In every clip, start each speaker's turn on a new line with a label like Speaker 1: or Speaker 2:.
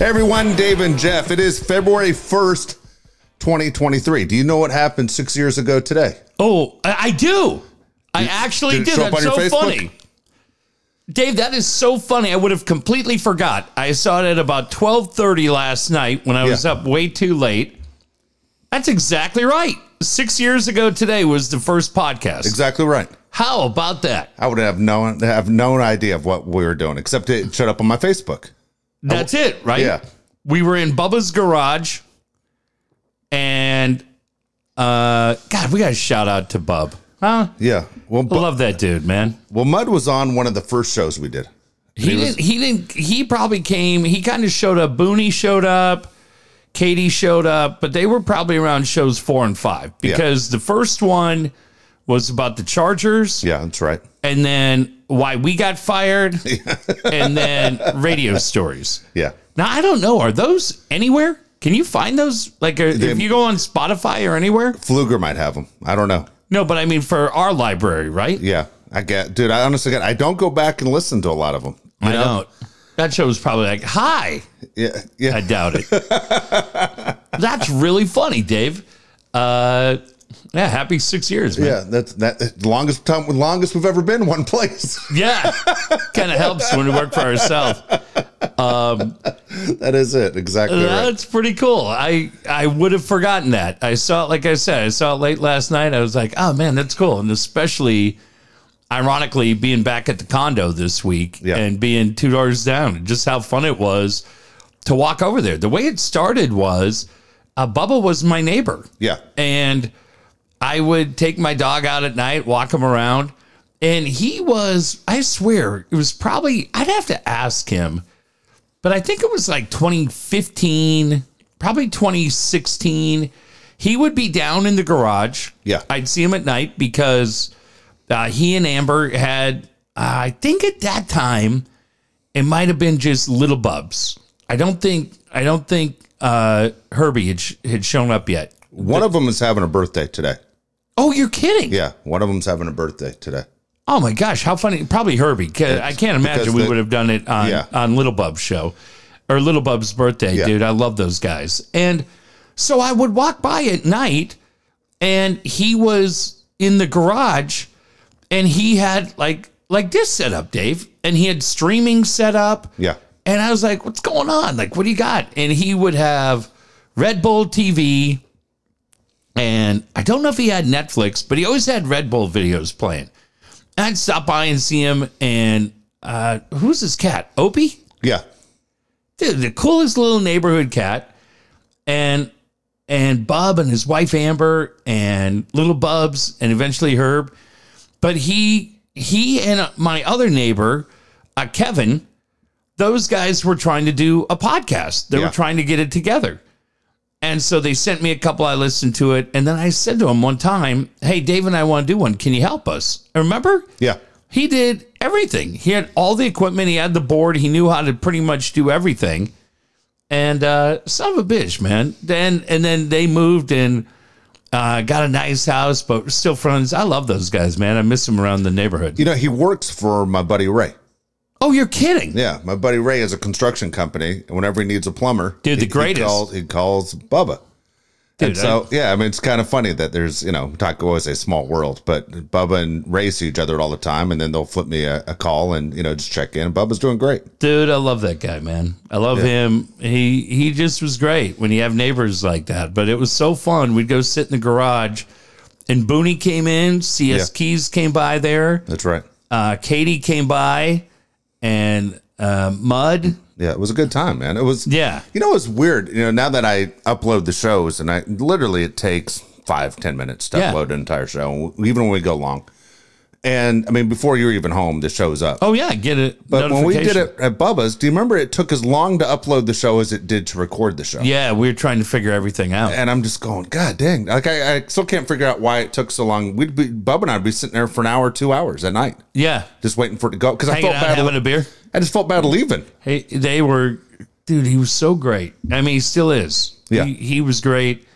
Speaker 1: everyone, Dave and Jeff. It is February 1st, 2023. Do you know what happened six years ago today?
Speaker 2: Oh, I, I do. I actually
Speaker 1: did it
Speaker 2: do.
Speaker 1: show up
Speaker 2: That's
Speaker 1: on
Speaker 2: so
Speaker 1: your Facebook?
Speaker 2: funny. Dave, that is so funny. I would have completely forgot. I saw it at about 12:30 last night when I was
Speaker 1: Yeah.
Speaker 2: up way too late. That's exactly right. 6 years ago today was the first podcast.
Speaker 1: Exactly right.
Speaker 2: How about that?
Speaker 1: I would have no have no idea of what we were doing, except it showed up on my Facebook.
Speaker 2: That's it, right?
Speaker 1: Yeah.
Speaker 2: We were in Bubba's garage and uh god, we got to shout out to Bub. Huh?
Speaker 1: Yeah. Well,
Speaker 2: I
Speaker 1: bu-
Speaker 2: love that dude, man.
Speaker 1: well, Mud was on one of the first shows we did.
Speaker 2: He, didn't. He didn't. He probably came. He kind of showed up. Booney showed up. Katie showed up, but they were probably around shows four and five because the first one was about the Chargers,
Speaker 1: Yeah, that's right.
Speaker 2: and then why we got fired, and then radio stories.
Speaker 1: Yeah.
Speaker 2: Now I don't know. Are those anywhere? Can you find those? Like, are, if you go on Spotify or anywhere?
Speaker 1: Fluger might have them. I don't know.
Speaker 2: No, but I mean for our library, right?
Speaker 1: Yeah, I get, dude. I honestly get. I don't go back and listen to a lot of them.
Speaker 2: I don't. That show was probably like, hi.
Speaker 1: Yeah, yeah.
Speaker 2: I doubt it. That's really funny, Dave. Uh, yeah, happy six years, man.
Speaker 1: Yeah, that's that longest time longest we've ever been in one place.
Speaker 2: Yeah, kind of helps when we work for ourselves.
Speaker 1: that is it. Exactly right.
Speaker 2: That's pretty cool. I I would have forgotten that. I saw it, like I said, I saw it late last night. I was like, oh man, that's cool, and especially. Ironically, being back at the condo this week
Speaker 1: Yeah.
Speaker 2: and being two doors down, and just how fun it was to walk over there. The way it started was uh, Bubba was my neighbor.
Speaker 1: Yeah.
Speaker 2: and I would take my dog out at night, walk him around, and he was, I swear, it was probably, I'd have to ask him, but I think it was like 2015, probably 2016. He would be down in the garage.
Speaker 1: Yeah.
Speaker 2: I'd see him at night because uh, he and Amber had, uh, I think at that time, it might have been just little bubs. I don't think, I don't think uh, Herbie had, sh- had shown up yet.
Speaker 1: One of them is having a birthday today.
Speaker 2: Oh, you're kidding.
Speaker 1: Yeah, one of them's having a birthday today.
Speaker 2: Oh my gosh, how funny! Probably Herbie. 'cause I can't imagine
Speaker 1: because
Speaker 2: we
Speaker 1: the-
Speaker 2: would have done it on
Speaker 1: Yeah.
Speaker 2: on Little Bub's show or Little Bub's birthday,
Speaker 1: Yeah.
Speaker 2: dude. I love those guys. And so I would walk by at night, and he was in the garage, and he had like like this set up, Dave, and he had streaming set up.
Speaker 1: Yeah.
Speaker 2: And I was like, what's going on? Like, what do you got? And he would have Red Bull TV. And I don't know if he had Netflix, but he always had Red Bull videos playing. And I'd stop by and see him. And uh, who's his cat? Opie?
Speaker 1: Yeah,
Speaker 2: Dude, the coolest little neighborhood cat. And and Bob and his wife Amber and little Bubs and eventually Herb. But he he and uh, my other neighbor, uh, Kevin, those guys were trying to do a podcast. They
Speaker 1: Yeah.
Speaker 2: were trying to get it together. And so they sent me a couple. I listened to it. And then I said to him one time, Hey, Dave and I want to do one. Can you help us? And Remember?
Speaker 1: yeah,
Speaker 2: He did everything. He had all the equipment. He had the board. He knew how to pretty much do everything. And uh, son of a bitch, man. Then and then they moved and uh, got a nice house, but we're still friends. I love those guys, man. I miss them around the neighborhood.
Speaker 1: you know he works for my buddy Ray.
Speaker 2: Oh, you're kidding?
Speaker 1: Yeah, my buddy Ray is a construction company, and whenever he needs a plumber,
Speaker 2: Dude, the
Speaker 1: he-
Speaker 2: greatest.
Speaker 1: he calls, he calls Bubba.
Speaker 2: Dude,
Speaker 1: So yeah, I mean it's kind of funny that there's you know talk always a small world, but Bubba and Ray see each other all the time, and then they'll flip me a, a call and you know just check in. Bubba's doing great.
Speaker 2: I, dude, I love that guy, man. I love him. He he just was great when you have neighbors like that. But it was so fun. We'd go sit in the garage, and Booney came in. CS
Speaker 1: Yeah.
Speaker 2: Keys came by there.
Speaker 1: That's right.
Speaker 2: uh, Katie came by and uh, Mud.
Speaker 1: Yeah, it was a good time, man. It was.
Speaker 2: Yeah.
Speaker 1: You know, it's weird. You know, now that I upload the shows, and I literally it takes five ten minutes to
Speaker 2: Yeah.
Speaker 1: upload an entire show, even when we go long. And I mean, before you're even home, the show's up.
Speaker 2: Oh yeah, get it.
Speaker 1: but when we did it at Bubba's, do you remember it took as long to upload the show as it did to record the show?
Speaker 2: yeah, we were trying to figure everything out.
Speaker 1: And I'm just going, God dang! Like I, I still can't figure out why it took so long. We'd be Bubba and I'd be sitting there for an hour, two hours at night,
Speaker 2: Yeah,
Speaker 1: just waiting for it to go because I
Speaker 2: hanging
Speaker 1: felt
Speaker 2: out, having
Speaker 1: bad.
Speaker 2: a beer.
Speaker 1: I just felt bad leaving.
Speaker 2: Hey, they were, dude. He was so great. I mean, he still is.
Speaker 1: Yeah.
Speaker 2: he, he was great,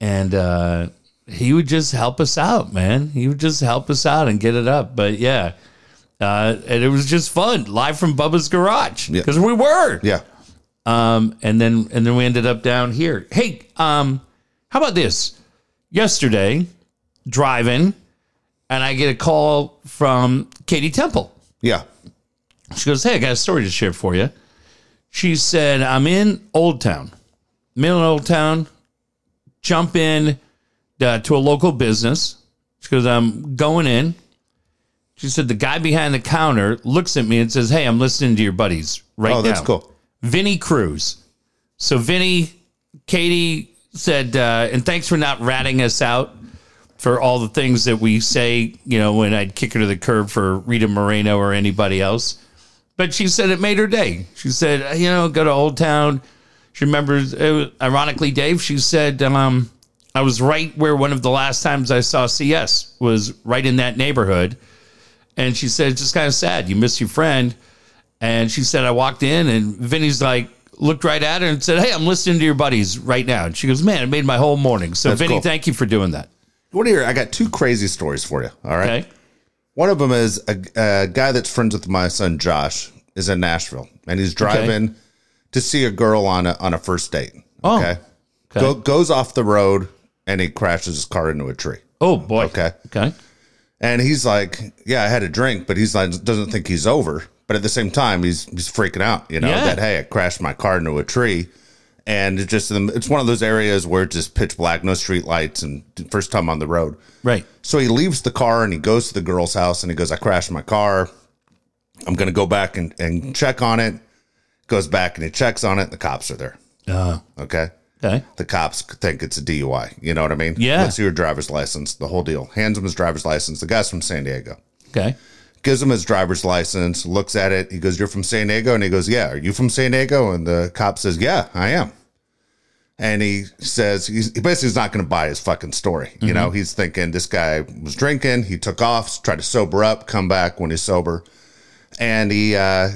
Speaker 2: and uh, he would just help us out, man. He would just help us out and get it up. But yeah. Uh, and it was just fun, live from Bubba's garage,
Speaker 1: Yeah.
Speaker 2: because we were.
Speaker 1: Yeah,
Speaker 2: Um, and then and then we ended up down here. Hey, um, how about this? Yesterday, driving, and I get a call from Katie Temple.
Speaker 1: Yeah.
Speaker 2: She goes, Hey, I got a story to share for you. She said, I'm in Old Town. I'm in Old Town. Jump in uh, to a local business. She goes, I'm going in. She said, The guy behind the counter looks at me and says, Hey, I'm listening to your buddies right now.
Speaker 1: Oh, that's cool.
Speaker 2: Vinny Cruz. So Vinny, Katie said, uh, and thanks for not ratting us out for all the things that we say, you know, when I'd kick her to the curb for Rita Moreno or anybody else. But she said it made her day. She said, you know, go to Old Town. She remembers, it was, ironically, Dave, she said, um, I was right where one of the last times I saw CS was right in that neighborhood. And she said, it's just kind of sad. You miss your friend. And she said, I walked in and Vinny's like, looked right at her and said, Hey, I'm listening to your buddies right now. And she goes, Man, it made my whole morning. So,
Speaker 1: That's
Speaker 2: Vinny,
Speaker 1: cool.
Speaker 2: thank you for doing that.
Speaker 1: What are your? I got two crazy stories for you. All right.
Speaker 2: Okay.
Speaker 1: One of them is a, a guy that's friends with my son Josh is in Nashville, and he's driving to see a girl on a on a first date.
Speaker 2: Oh.
Speaker 1: okay. Go, goes off the road and he crashes his car into a tree.
Speaker 2: Oh, boy.
Speaker 1: Okay.
Speaker 2: Okay.
Speaker 1: And he's like, "Yeah, I had a drink," but he's like, doesn't think he's over. But at the same time, he's he's freaking out, you know,
Speaker 2: Yeah.
Speaker 1: that hey, I crashed my car into a tree, and it's just it's one of those areas where it's just pitch black, no street lights, and first time on the road.
Speaker 2: Right.
Speaker 1: So he leaves the car and he goes to the girl's house and he goes, I crashed my car. I'm going to go back and, and check on it. Goes back and he checks on it. The cops are there.
Speaker 2: Uh,
Speaker 1: Okay.
Speaker 2: okay.
Speaker 1: The cops think it's a DUI. You know what I mean?
Speaker 2: Yeah.
Speaker 1: Let's see your driver's license, the whole deal. Hands him his driver's license. The guy's from San Diego.
Speaker 2: Okay.
Speaker 1: Gives him his driver's license, looks at it. He goes, You're from San Diego? And he goes, Yeah. Are you from San Diego? And the cop says, Yeah, I am. And he says, he's, He basically is not going to buy his fucking story. You know, he's thinking this guy was drinking. He took off, tried to sober up, come back when he's sober. And he, uh,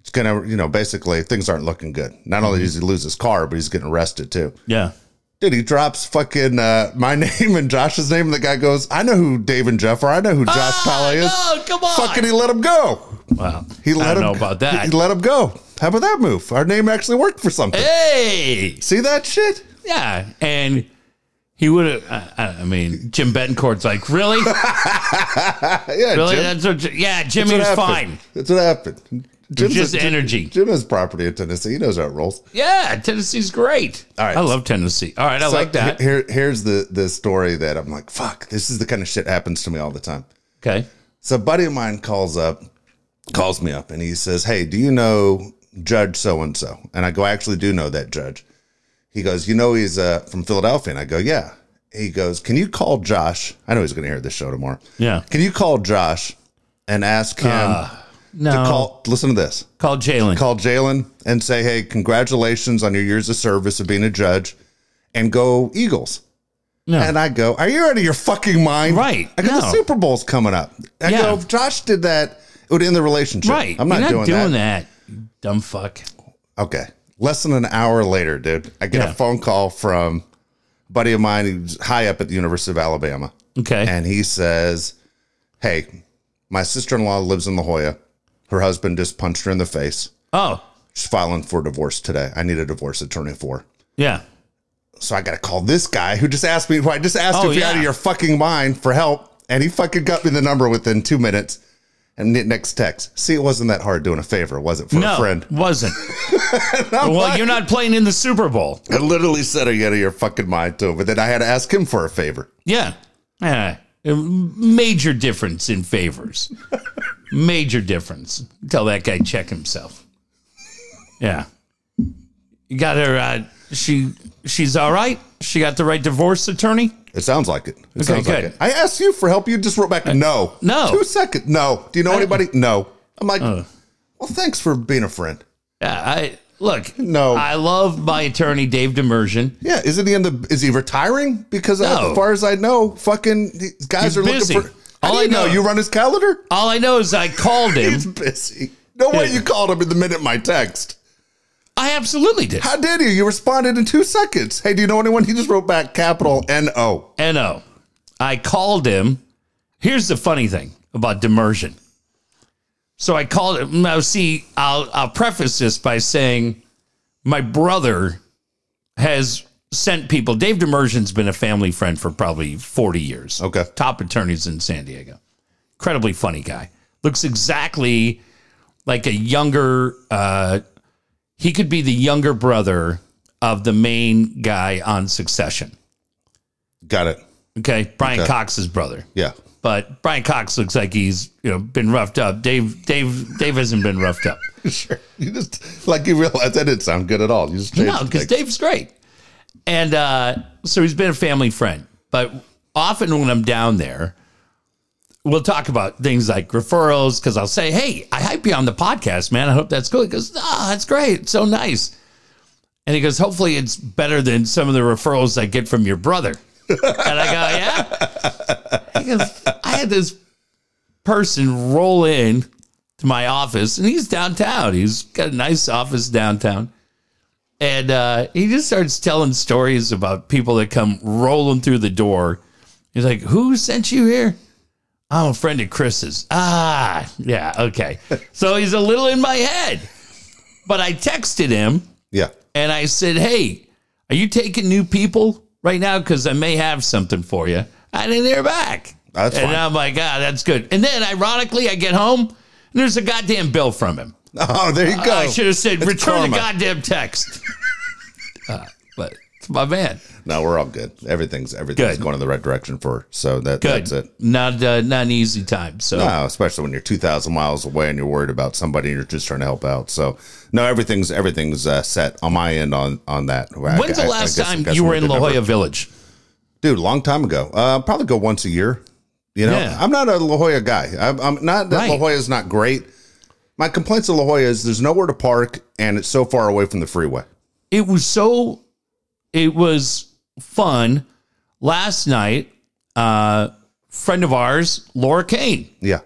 Speaker 1: it's gonna, you know, basically things aren't looking good. Not only does he lose his car, but he's getting arrested too.
Speaker 2: Yeah.
Speaker 1: Dude, he drops fucking uh, my name and Josh's name. And the guy goes, I know who Dave and Jeff are. I know who Josh Pally is.
Speaker 2: Oh, come on.
Speaker 1: Fucking he let him go.
Speaker 2: wow.
Speaker 1: He let
Speaker 2: I don't
Speaker 1: him
Speaker 2: know about that.
Speaker 1: He let him go. How about that move? Our name actually worked for something.
Speaker 2: Eh. hey.
Speaker 1: See that shit?
Speaker 2: Yeah. And he would have, I, I- I mean, Jim Betancourt's like, Really?
Speaker 1: Uh, Yeah,
Speaker 2: Really?
Speaker 1: Jim.
Speaker 2: That's what, yeah, Jimmy
Speaker 1: That's
Speaker 2: was
Speaker 1: what happened.
Speaker 2: fine.
Speaker 1: That's what happened. Jim's
Speaker 2: Just
Speaker 1: a-
Speaker 2: energy.
Speaker 1: Jim has property in Tennessee. He knows how it rolls.
Speaker 2: Yeah, Tennessee's great.
Speaker 1: All right.
Speaker 2: I love Tennessee. All right, I like
Speaker 1: So,
Speaker 2: that.
Speaker 1: Here, here's the the story that I'm like, fuck. This is the kind of shit happens to me all the time.
Speaker 2: Okay.
Speaker 1: So a buddy of mine calls up, calls me up, and he says, Hey, do you know Judge so and so? And I go, I actually do know that judge. He goes, You know, he's uh, from Philadelphia. And I go, Yeah. He goes, Can you call Josh? I know he's going to hear this show tomorrow.
Speaker 2: Yeah. Uh,
Speaker 1: Can you call Josh and ask him
Speaker 2: No.
Speaker 1: to call? Listen to this
Speaker 2: Call Jalen.
Speaker 1: call Jalen and say, hey, congratulations on your years of service of being a judge and go Eagles.
Speaker 2: No.
Speaker 1: And I go, are you out of your fucking mind?
Speaker 2: Right,
Speaker 1: I go, the
Speaker 2: no.
Speaker 1: Super Bowl's coming up. I
Speaker 2: Yeah.
Speaker 1: go, if Josh did that, it would end the relationship.
Speaker 2: right.
Speaker 1: I'm not,
Speaker 2: You're
Speaker 1: doing, that.
Speaker 2: you Dumb fuck.
Speaker 1: Okay. Less than an hour later, dude, I get
Speaker 2: Yeah.
Speaker 1: a phone call from a buddy of mine who's high up at the University of Alabama.
Speaker 2: Okay.
Speaker 1: And he says, hey, my sister-in-law lives in La Jolla. Her husband just punched her in the face.
Speaker 2: oh,
Speaker 1: She's filing for divorce today. I need a divorce attorney for. her."
Speaker 2: yeah.
Speaker 1: So I got to call this guy who just asked me, who I just asked
Speaker 2: Oh,
Speaker 1: if you're
Speaker 2: yeah.
Speaker 1: out of your fucking mind for help. And he fucking got me the number within two minutes. And the next text. See, it wasn't that hard doing a favor, was it, for
Speaker 2: No,
Speaker 1: a friend?
Speaker 2: wasn't. well, you're not playing in the Super Bowl.
Speaker 1: I literally said, Are you out of your fucking mind, too? But then I had to ask him for a favor.
Speaker 2: Yeah. Yeah. Uh, Major difference in favors. Major difference. Tell that guy check himself. Yeah. You got her. Uh, she she's all right. She got the right divorce attorney.
Speaker 1: It sounds like it. It sounds like
Speaker 2: good. Uh,
Speaker 1: it. I asked you for help. You just wrote back, No.
Speaker 2: no. Uh.
Speaker 1: Two seconds. No. Do you know anybody? No. I'm like, Well, thanks for being a friend.
Speaker 2: Yeah. I look.
Speaker 1: No.
Speaker 2: I love my attorney Dave Demersion.
Speaker 1: Yeah, isn't he in the? Is he retiring? Because uh,
Speaker 2: No.
Speaker 1: as far as I know, fucking these guys
Speaker 2: He's
Speaker 1: are
Speaker 2: busy.
Speaker 1: looking for. How
Speaker 2: All
Speaker 1: do
Speaker 2: I
Speaker 1: you know,
Speaker 2: know-
Speaker 1: you run his calendar.
Speaker 2: All I know is I called
Speaker 1: He's
Speaker 2: him.
Speaker 1: busy. No way
Speaker 2: Yeah.
Speaker 1: you called him in the minute my text.
Speaker 2: I absolutely did.
Speaker 1: How did you? You responded in two seconds. Hey, do you know anyone? He just wrote back capital N O.
Speaker 2: No. I called him. Here's the funny thing about demersion. So I called him. Now, see, I'll, I'll preface this by saying my brother has sent people. Dave Demersion's been a family friend for probably 40 years.
Speaker 1: Okay.
Speaker 2: Top attorneys in San Diego. Incredibly funny guy. Looks exactly like a younger, uh, he could be the younger brother of the main guy on Succession.
Speaker 1: Got it.
Speaker 2: Okay. Brian Cox's brother.
Speaker 1: Yeah.
Speaker 2: But Brian Cox looks like he's you know been roughed up. Dave Dave Dave hasn't been roughed up.
Speaker 1: Sure. You just like you realize that didn't sound good at all. You just changed
Speaker 2: No,
Speaker 1: the
Speaker 2: because
Speaker 1: thing.
Speaker 2: Dave's great. And uh, so he's been a family friend. But often when I'm down there, we'll talk about things like referrals because I'll say, Hey, I hype you on the podcast, man. I hope that's cool. He goes, Ah, that's great. It's so nice. And he goes, Hopefully it's better than some of the referrals I get from your brother. and I go, Yeah. He goes, I had this person roll in to my office and he's downtown. He's got a nice office downtown. And uh, he just starts telling stories about people that come rolling through the door. He's like, Who sent you here? I'm a friend of Chris's. Ah, yeah, okay. so he's a little in my head. But I texted him
Speaker 1: yeah.
Speaker 2: and I said, Hey, are you taking new people right now? Because I may have something for you. I didn't hear back.
Speaker 1: That's
Speaker 2: and
Speaker 1: fine.
Speaker 2: I'm like, Ah, that's good. And then ironically, I get home and there's a goddamn bill from him.
Speaker 1: Oh, there you go.
Speaker 2: I should have said,
Speaker 1: It's
Speaker 2: return
Speaker 1: karma.
Speaker 2: the goddamn text. Uh, but it's my man.
Speaker 1: No, we're all good. Everything's everything's
Speaker 2: Good.
Speaker 1: going in the right direction for her. So that
Speaker 2: Good.
Speaker 1: that's it.
Speaker 2: Not, uh, not an easy time. So
Speaker 1: No, especially when you're two thousand miles away and you're worried about somebody and you're just trying to help out. So no, everything's everything's uh, set on my end on on that. I-
Speaker 2: when's
Speaker 1: I- I
Speaker 2: the last
Speaker 1: guess- I
Speaker 2: time
Speaker 1: guess
Speaker 2: you
Speaker 1: I'm
Speaker 2: were
Speaker 1: a
Speaker 2: in
Speaker 1: good
Speaker 2: La Jolla
Speaker 1: number.
Speaker 2: Village?
Speaker 1: dude? Long time ago. Uh, probably go once a year. You know,
Speaker 2: Yeah.
Speaker 1: I'm not a La Jolla guy. I'm, I'm not that La
Speaker 2: Right.
Speaker 1: Jolla is not great. My complaints of La Jolla is there's nowhere to park and it's so far away from the freeway.
Speaker 2: It was so, it was fun. Last night, uh, friend of ours, Laura Kane.
Speaker 1: Yeah,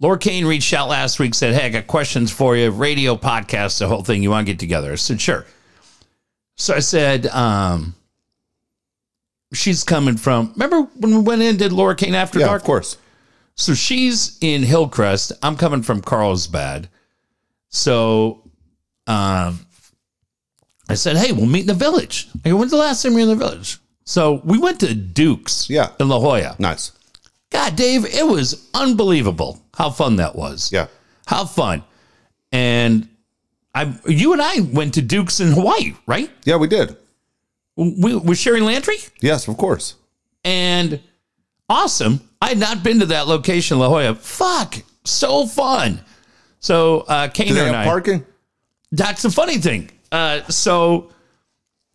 Speaker 2: Laura Kane reached out last week, said, Hey, I got questions for you, radio podcast, the whole thing. You want to get together? I said, Sure. So I said, um, She's coming from, remember when we went in and did Laura Kane After
Speaker 1: yeah,
Speaker 2: Dark?
Speaker 1: of course.
Speaker 2: So she's in Hillcrest. I'm coming from Carlsbad. So um, I said, Hey, we'll meet in the village. I go, When's the last time you were in the village? So we went to Duke's
Speaker 1: Yeah.
Speaker 2: in La Jolla.
Speaker 1: Nice.
Speaker 2: God, Dave, it was unbelievable how fun that was.
Speaker 1: Yeah,
Speaker 2: How fun. And I you and I went to Duke's in Hawaii, right?
Speaker 1: yeah, we did.
Speaker 2: We, with Sherry Landry
Speaker 1: Yes, of course.
Speaker 2: and awesome. I had not been to that location, La Jolla. Fuck, so fun. So uh
Speaker 1: Do
Speaker 2: Kaner
Speaker 1: they
Speaker 2: and
Speaker 1: have
Speaker 2: I
Speaker 1: parking?
Speaker 2: that's the funny thing. Uh, so,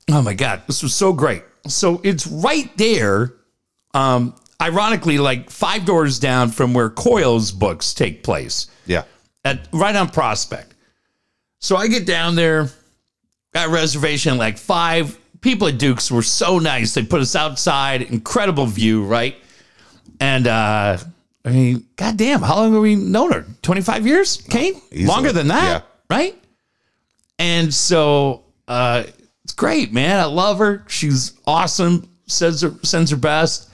Speaker 2: oh my God, this was so great. So it's right there. Um, ironically, like five doors down from where Coyle's books take place
Speaker 1: Yeah,
Speaker 2: at right on Prospect. So I get down there, got a reservation at like five. People at Duke's were so nice. They put us outside, incredible view, right? And uh I mean, goddamn, how long have we known her? 25 years, Kane?
Speaker 1: easily.
Speaker 2: Longer than that, right? And so uh it's great, man. I love her. She's awesome. Says her sends her best.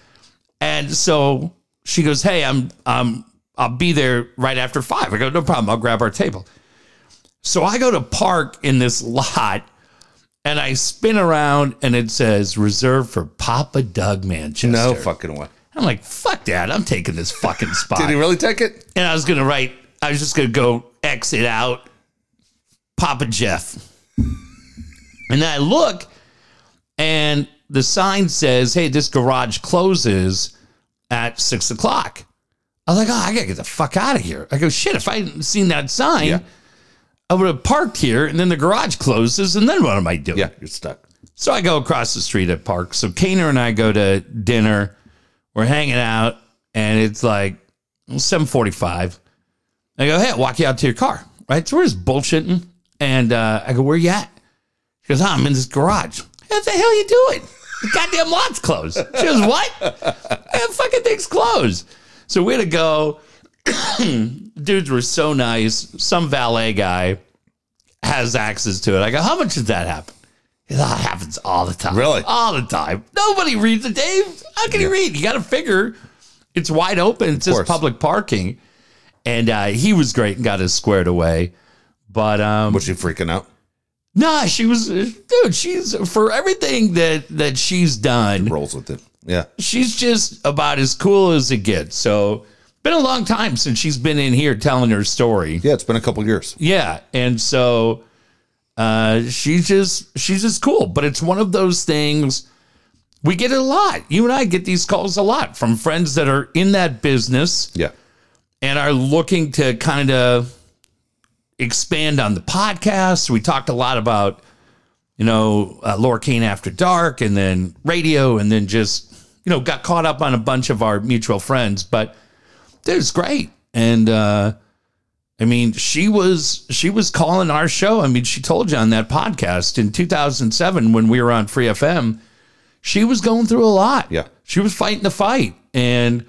Speaker 2: And so she goes, "Hey, I'm I'm I'll be there right after five. I go, "No problem. I'll grab our table." So I go to park in this lot, and I spin around, and it says reserved for Papa Doug Manchester.
Speaker 1: no fucking way.
Speaker 2: I'm like, "Fuck that! I'm taking this fucking spot."
Speaker 1: Did he really take it?
Speaker 2: and I was gonna write. I was just gonna go exit out, Papa Jeff. And then I look, and the sign says, "Hey, this garage closes at six o'clock." I was like, "Oh, I gotta get the fuck out of here." I go, "Shit! If I hadn't seen that sign,
Speaker 1: Yeah.
Speaker 2: I would have parked here, and then the garage closes, and then what am I doing?"
Speaker 1: Yeah, you're stuck.
Speaker 2: So I go across the street at Park. So Kaner and I go to dinner. We're hanging out, and it's like 7:45. I go, hey, I'll walk you out to your car, right? So we're just bullshitting, and uh, I go, where you at? She goes, "Ah, I'm in this garage. Hey, what the hell you doing? The goddamn lot's closed. She goes, what? That fucking thing's closed. So we had to go. Dudes were so nice. Some valet guy has access to it. I go, how much did that happen? That happens all the time.
Speaker 1: Really?
Speaker 2: All the time. Nobody reads it, Dave. How can you read? You got to figure it's wide open. It's just
Speaker 1: course.
Speaker 2: public parking. And uh, he was great and got us squared away. But um,
Speaker 1: Was she freaking out?
Speaker 2: Nah, she was dude, she's for everything that that she's done.
Speaker 1: Rolls with it. Yeah.
Speaker 2: she's just about as cool as it gets. So, been a long time since she's been in here telling her story.
Speaker 1: Yeah. It's been a couple years.
Speaker 2: Yeah, and so uh, she's just she's just cool. But it's one of those things we get it a lot. You and I get these calls a lot from friends that are in that business
Speaker 1: Yeah.
Speaker 2: and are looking to kind of expand on the podcast. We talked a lot about, you know, uh, Laura Kane After Dark and then radio and then just, you know, got caught up on a bunch of our mutual friends. But dude, it's great. And, uh, I mean, she was she was calling our show. I mean, she told you on that podcast in 2007 when we were on Free FM, she was going through a lot.
Speaker 1: Yeah.
Speaker 2: she was fighting the fight, and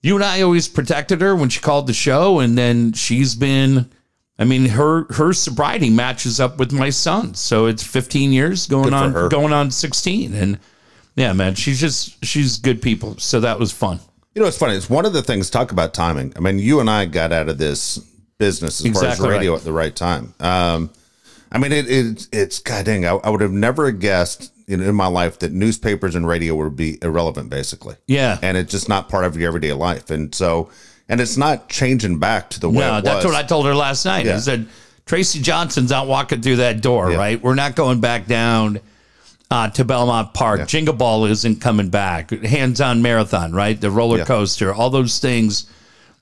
Speaker 2: you and I always protected her when she called the show, and then she's been. I mean, her her sobriety matches up with my son, so it's 15 years going
Speaker 1: for
Speaker 2: on
Speaker 1: her.
Speaker 2: going on 16, and yeah, man, she's just she's good people. So that was fun.
Speaker 1: You know, it's funny. It's one of the things. Talk about timing. I mean, you and I got out of this business as
Speaker 2: Exactly
Speaker 1: far as radio
Speaker 2: right.
Speaker 1: at the right time. Um, I mean, it, it it's god dang. I, I would have never guessed in, in my life that newspapers and radio would be irrelevant, basically.
Speaker 2: Yeah,
Speaker 1: and it's just not part of your everyday life. And so, and it's not changing back to the way
Speaker 2: No,
Speaker 1: it
Speaker 2: that's
Speaker 1: was.
Speaker 2: what I told her last night.
Speaker 1: Yeah.
Speaker 2: I said, Tracy Johnson's out walking through that door,
Speaker 1: Yeah.
Speaker 2: right? We're not going back down uh, to Belmont Park. Jingle Ball isn't coming back. Hands on marathon, right? The roller
Speaker 1: Yeah.
Speaker 2: coaster, all those things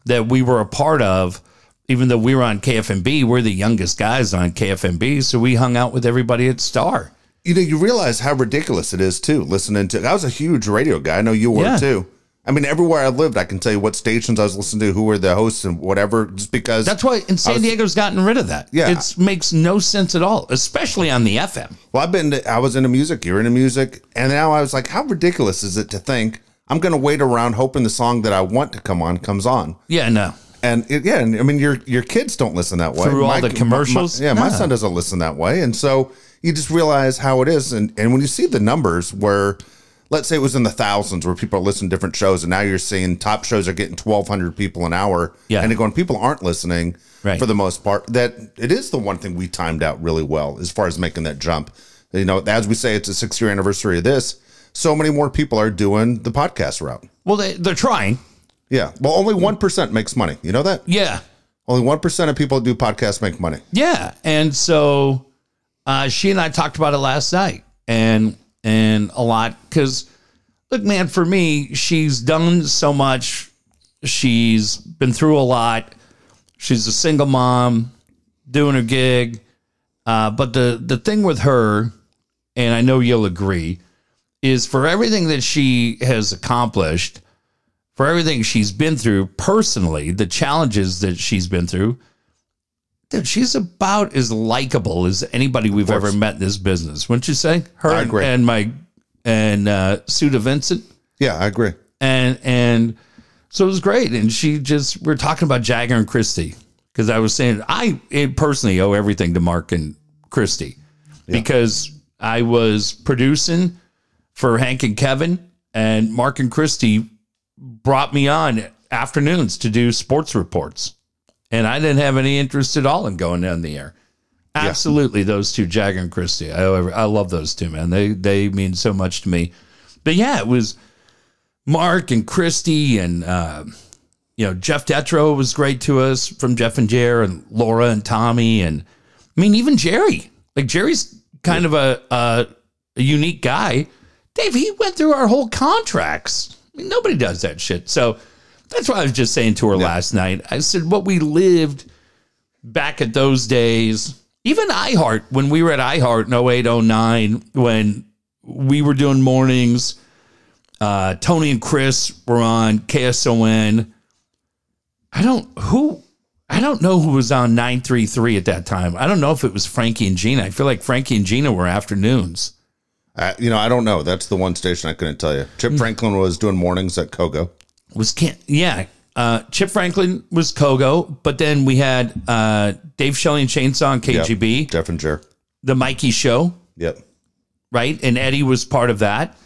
Speaker 2: that we were a part of. Even though we were on KFMB, we're the youngest guys on KFMB, so we hung out with everybody at Star.
Speaker 1: you know, you realize how ridiculous it is too. Listening to, I was a huge radio guy. I know you were
Speaker 2: Yeah.
Speaker 1: too. I mean, everywhere I lived, I can tell you what stations I was listening to, who were the hosts, and whatever. Just because
Speaker 2: That's why, and San Diego's gotten rid of that.
Speaker 1: Yeah.
Speaker 2: it makes no sense at all, especially on the FM.
Speaker 1: Well, I've been. To, I was into music. You're into music, and now I was like, how ridiculous is it to think I'm going to wait around hoping the song that I want to come on comes on?
Speaker 2: Yeah, no,
Speaker 1: And it, yeah, and I mean, your your kids don't listen that way.
Speaker 2: Through all the commercials?
Speaker 1: my- yeah, my
Speaker 2: No.
Speaker 1: son doesn't listen that way, and so you just realize how it is. And and when you see the numbers where. Let's say it was in the thousands where people are listening to different shows, and now you're seeing top shows are getting 1,200 people an hour.
Speaker 2: Yeah.
Speaker 1: And they're going, people aren't listening
Speaker 2: Right.
Speaker 1: for the most part. That it is the one thing we timed out really well as far as making that jump. You know, as we say, it's a six year anniversary of this. So many more people are doing the podcast route.
Speaker 2: well, they, they're trying.
Speaker 1: Yeah. Well,
Speaker 2: Mm.
Speaker 1: only 1% makes money. You know that?
Speaker 2: Yeah,
Speaker 1: Only one percent of people who do podcasts make money.
Speaker 2: Yeah, and so uh, she and I talked about it last night, and and a lot because look, man, for me, she's done so much. She's been through a lot. She's a single mom doing her gig, uh, but the the thing with her, and I know you'll agree, is for everything that she has accomplished, for everything she's been through personally, the challenges that she's been through dude, she's about as likable as anybody we've ever met in this business, wouldn't you say? Her
Speaker 1: I agree.
Speaker 2: and my and uh Suda Vincent
Speaker 1: Yeah, I agree.
Speaker 2: and and so it was great. And she just we are talking about Jagger and Christie because I was saying I it personally owe everything to Mark and Christie because I was producing for Hank and Kevin, and Mark and Christie brought me on afternoons to do sports reports, and I didn't have any interest at all in going on the air. Absolutely, those two, Jagger and Christie. I owe every- I love those two man. They they mean so much to me. But yeah, it was Mark and Christy and uh, you know Jeff Detro was great to us from Jeff and Jer and Laura and Tommy and I mean even Jerry like Jerry's kind of a, a, a unique guy. Dave he went through our whole contracts. I mean, nobody does that shit. So that's why I was just saying to her last night. I said what we lived back at those days. Even iHeart when we were at iHeart in 08, 09, when we were doing mornings. Uh, Tony and Chris were on KSON. I don't who I don't know who was on 933 at that time. I don't know if it was Frankie and Gina. I feel like Frankie and Gina were afternoons.
Speaker 1: I, you know, I don't know. That's the one station I couldn't tell you. Chip Franklin was doing mornings at Kogo.
Speaker 2: Was can yeah. Uh, Chip Franklin was Kogo, but then we had uh, Dave Shelley and Chainsaw and
Speaker 1: Yep.
Speaker 2: KGB,
Speaker 1: Jeff and Jer.
Speaker 2: the Mikey show,
Speaker 1: Yep.
Speaker 2: right? And Eddie was part of that.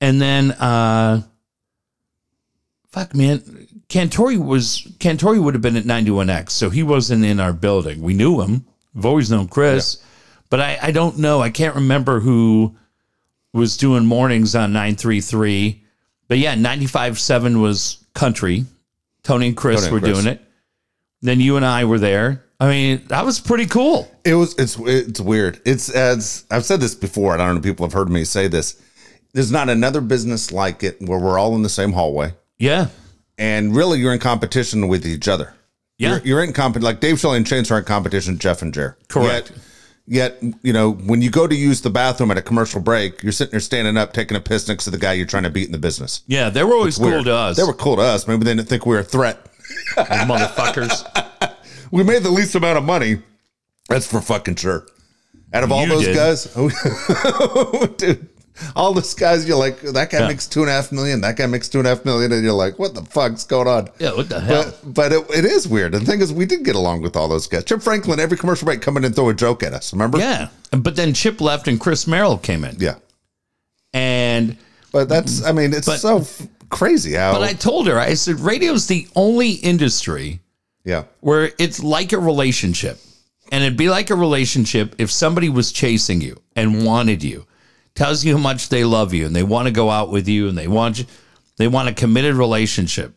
Speaker 2: And then uh fuck man, Cantori was Cantori would have been at 91X, so he wasn't in our building. We knew him. I've always known Chris, But I, I don't know. I can't remember who was doing mornings on 933. But yeah, 95.7 was country. Tony and Chris
Speaker 1: Tony and
Speaker 2: were
Speaker 1: Chris.
Speaker 2: doing it. Then you and I were there. I mean, that was pretty cool.
Speaker 1: It was it's it's weird. It's as I've said this before, and I don't know if people have heard me say this. There's not another business like it where we're all in the same hallway,
Speaker 2: Yeah.
Speaker 1: and really you're in competition with each other.
Speaker 2: Yeah.
Speaker 1: You're, you're in competition. Like Dave Shelley and Chance are in competition. with Jeff and Jer.
Speaker 2: Correct.
Speaker 1: Yet, yet, you know, when you go to use the bathroom at a commercial break, you're sitting there standing up, taking a piss next to the guy you're trying to beat in the business.
Speaker 2: Yeah. They were always cool
Speaker 1: Weird.
Speaker 2: to us.
Speaker 1: They were cool to us. Maybe they didn't think we were a threat.
Speaker 2: motherfuckers.
Speaker 1: We made the least amount of money. That's for fucking sure. Out of all
Speaker 2: You
Speaker 1: those
Speaker 2: did.
Speaker 1: guys, oh, dude, all those guys, you're like, that guy makes two and a half million. That guy makes two and a half million, and you're like, what the fuck's going on?
Speaker 2: Yeah. What the hell?
Speaker 1: But, but it, it is weird. And the thing is, we did get along with all those guys. Chip Franklin, every commercial break, come in and throw a joke at us. Remember?
Speaker 2: yeah. But then Chip left and Chris Merrill came in.
Speaker 1: Yeah.
Speaker 2: And
Speaker 1: But that's, I mean, it's
Speaker 2: But-
Speaker 1: so f- crazy how.
Speaker 2: but I told her, I said, radio's the only industry
Speaker 1: yeah.
Speaker 2: where it's like a relationship. And it'd be like a relationship if somebody was chasing you and wanted you, tells you how much they love you and they want to go out with you and they want you, they want a committed relationship.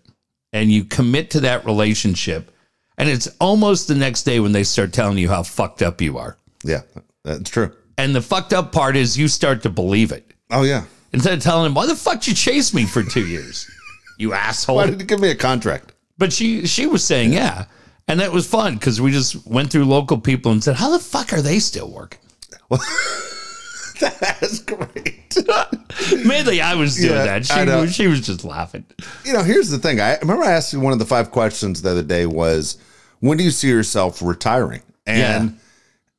Speaker 2: And you commit to that relationship. And it's almost the next day when they start telling you how fucked up you are.
Speaker 1: Yeah. That's true.
Speaker 2: And the fucked up part is you start to believe it.
Speaker 1: Oh, yeah.
Speaker 2: Instead of telling him, why the fuck you chase me for two years? You asshole.
Speaker 1: Why did you give me a contract?
Speaker 2: But she she was saying yeah, and that was fun because we just went through local people and said, "How the fuck are they still working?"
Speaker 1: That's great.
Speaker 2: Mainly, I was doing
Speaker 1: Yeah,
Speaker 2: that. She
Speaker 1: I know.
Speaker 2: was, she was just laughing.
Speaker 1: You know, here's the thing. I remember I asked you one of the five questions the other day was, when do you see yourself retiring? And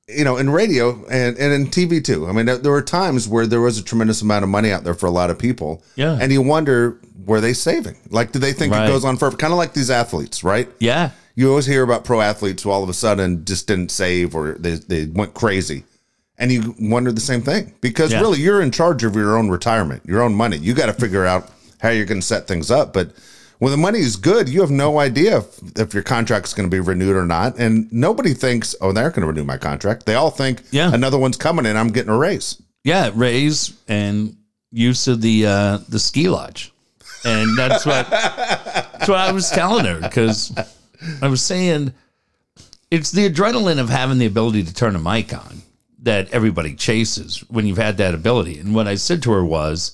Speaker 1: you know, in radio and and in TV too. I mean, there there were times where there was a tremendous amount of money out there for a lot of people.
Speaker 2: Yeah.
Speaker 1: and you wonder were they saving? Like, do they think
Speaker 2: Right.
Speaker 1: it goes on forever? Kind of like these athletes, right?
Speaker 2: Yeah,
Speaker 1: You always hear about pro athletes who all of a sudden just didn't save or they they went crazy. And you wonder the same thing because
Speaker 2: Yeah.
Speaker 1: really you're in charge of your own retirement, your own money. You got to figure out how you're going to set things up. But when the money is good, you have no idea if, if your contract's going to be renewed or not. And nobody thinks, oh, they're going to renew my contract. They all think,
Speaker 2: Yeah.
Speaker 1: another one's coming and I'm getting a raise.
Speaker 2: yeah. Raise and use of the uh, the ski lodge, and that's what that's what I was telling her because I was saying it's the adrenaline of having the ability to turn a mic on that everybody chases when you've had that ability. And what I said to her was.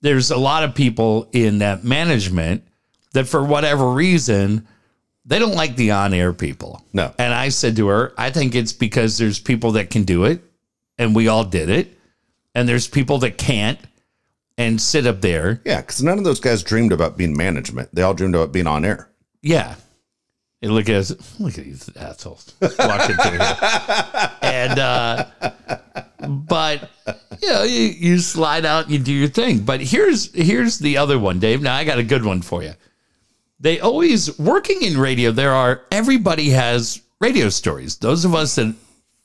Speaker 2: there's a lot of people in that management that for whatever reason they don't like the on-air people.
Speaker 1: No.
Speaker 2: And I said to her, I think it's because there's people that can do it and we all did it and there's people that can't and sit up there.
Speaker 1: Yeah, because none of those guys dreamed about being management. They all dreamed about being on air.
Speaker 2: Yeah. And look at us, look at these assholes walking through here. And uh but you know, you, you slide out and you do your thing. But here's here's the other one, Dave. Now I got a good one for you. They always working in radio, there are everybody has radio stories. Those of us that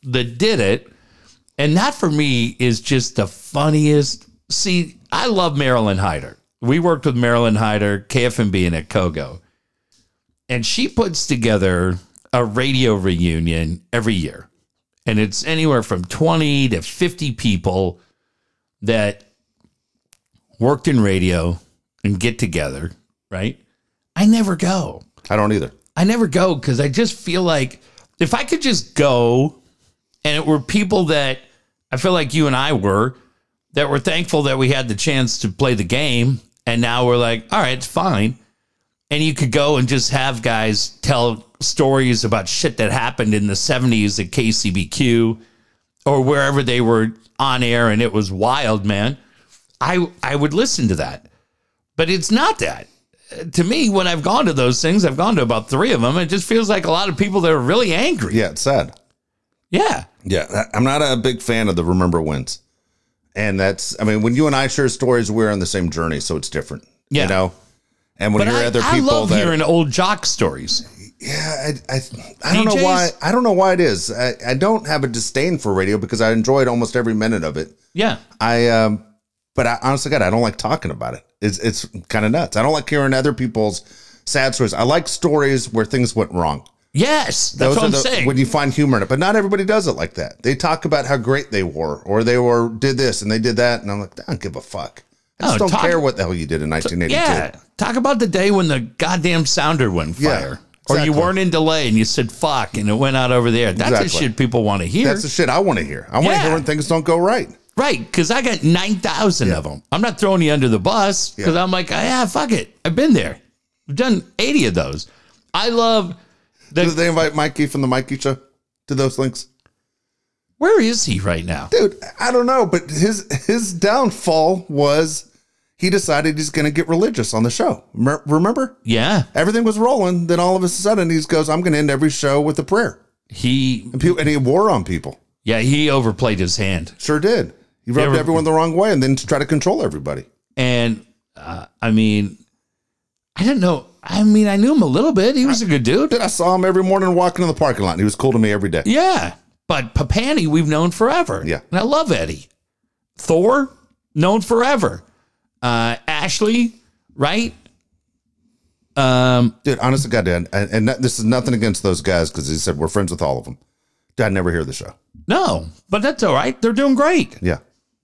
Speaker 2: that did it, and that for me is just the funniest. See, I love Marilyn Hyder. We worked with Marilyn Hyder, KFMB, and at Kogo and she puts together a radio reunion every year. And it's anywhere from 20 to 50 people that worked in radio and get together, right? I never go.
Speaker 1: I don't either.
Speaker 2: I never go because I just feel like if I could just go and it were people that I feel like you and I were that were thankful that we had the chance to play the game and now we're like, all right, it's fine. And you could go and just have guys tell stories about shit that happened in the 70s at KCBQ or wherever they were on air and it was wild, man. I I would listen to that. But it's not that to me, when I've gone to those things, I've gone to about three of them. It just feels like a lot of people that are really angry.
Speaker 1: Yeah, it's sad.
Speaker 2: Yeah.
Speaker 1: Yeah, I- I'm not a big fan of the remember wins. And that's, I mean, when you and I share stories, we're on the same journey, so it's different.
Speaker 2: Yeah.
Speaker 1: You know? And when
Speaker 2: But
Speaker 1: you're
Speaker 2: I,
Speaker 1: other
Speaker 2: I
Speaker 1: people
Speaker 2: love
Speaker 1: that,
Speaker 2: hearing old jock stories.
Speaker 1: yeah, I, I, I don't know
Speaker 2: DJs?
Speaker 1: why, I don't know why it is. I, I don't have a disdain for radio because I enjoyed almost every minute of it.
Speaker 2: Yeah.
Speaker 1: I, um, but I honestly, God, I don't like talking about it. It's, it's kind of nuts. I don't like hearing other people's sad stories. I like stories where things went wrong.
Speaker 2: Yes, that's
Speaker 1: Those
Speaker 2: what
Speaker 1: are
Speaker 2: I'm
Speaker 1: the-
Speaker 2: saying.
Speaker 1: When you find humor in it, but not everybody does it like that. They talk about how great they were, or they were did this and they did that, and I'm like, I don't give a fuck. I just
Speaker 2: No,
Speaker 1: don't
Speaker 2: talk-
Speaker 1: care what the hell you did in 1982.
Speaker 2: yeah, talk about the day when the goddamn sounder went
Speaker 1: Yeah,
Speaker 2: fire, or you
Speaker 1: exactly.
Speaker 2: weren't in delay and you said "fuck" and it went out over there. That's the
Speaker 1: Exactly.
Speaker 2: shit people want to hear,
Speaker 1: That's the shit I want to hear. I want to
Speaker 2: Yeah.
Speaker 1: hear when things don't go right.
Speaker 2: right? Because I got nine thousand of them. I'm not throwing you under the bus because
Speaker 1: Yeah.
Speaker 2: I'm like, yeah, fuck it. I've been there. I've done eighty of those. I love the.
Speaker 1: Did they invite Mikey from the Mikey Show to those links?
Speaker 2: where is he right now?
Speaker 1: Dude, I don't know, but his his downfall was he decided he's going to get religious on the show. Mer- Remember,
Speaker 2: Yeah,
Speaker 1: everything was rolling. Then all of a sudden, he goes, "I'm going to end every show with a prayer,"
Speaker 2: he.
Speaker 1: and, people, and he wore on people.
Speaker 2: Yeah, he overplayed his hand.
Speaker 1: Sure did. He rubbed
Speaker 2: ever-
Speaker 1: everyone the wrong way and then to try to control everybody.
Speaker 2: And uh, I mean, I didn't know. I mean, I knew him a little bit. He was a good dude.
Speaker 1: Dude, I saw him every morning walking in the parking lot. He was cool to me every day.
Speaker 2: Yeah. But Papani, we've known forever.
Speaker 1: Yeah.
Speaker 2: And I love Eddie. Thor, known forever. Uh, Ashley, right? Um,
Speaker 1: Dude, honestly, goddamn, and, and not- this is nothing against those guys because he said we're friends with all of them. Dude, I never hear the show.
Speaker 2: no, but that's all right. They're doing great.
Speaker 1: Yeah,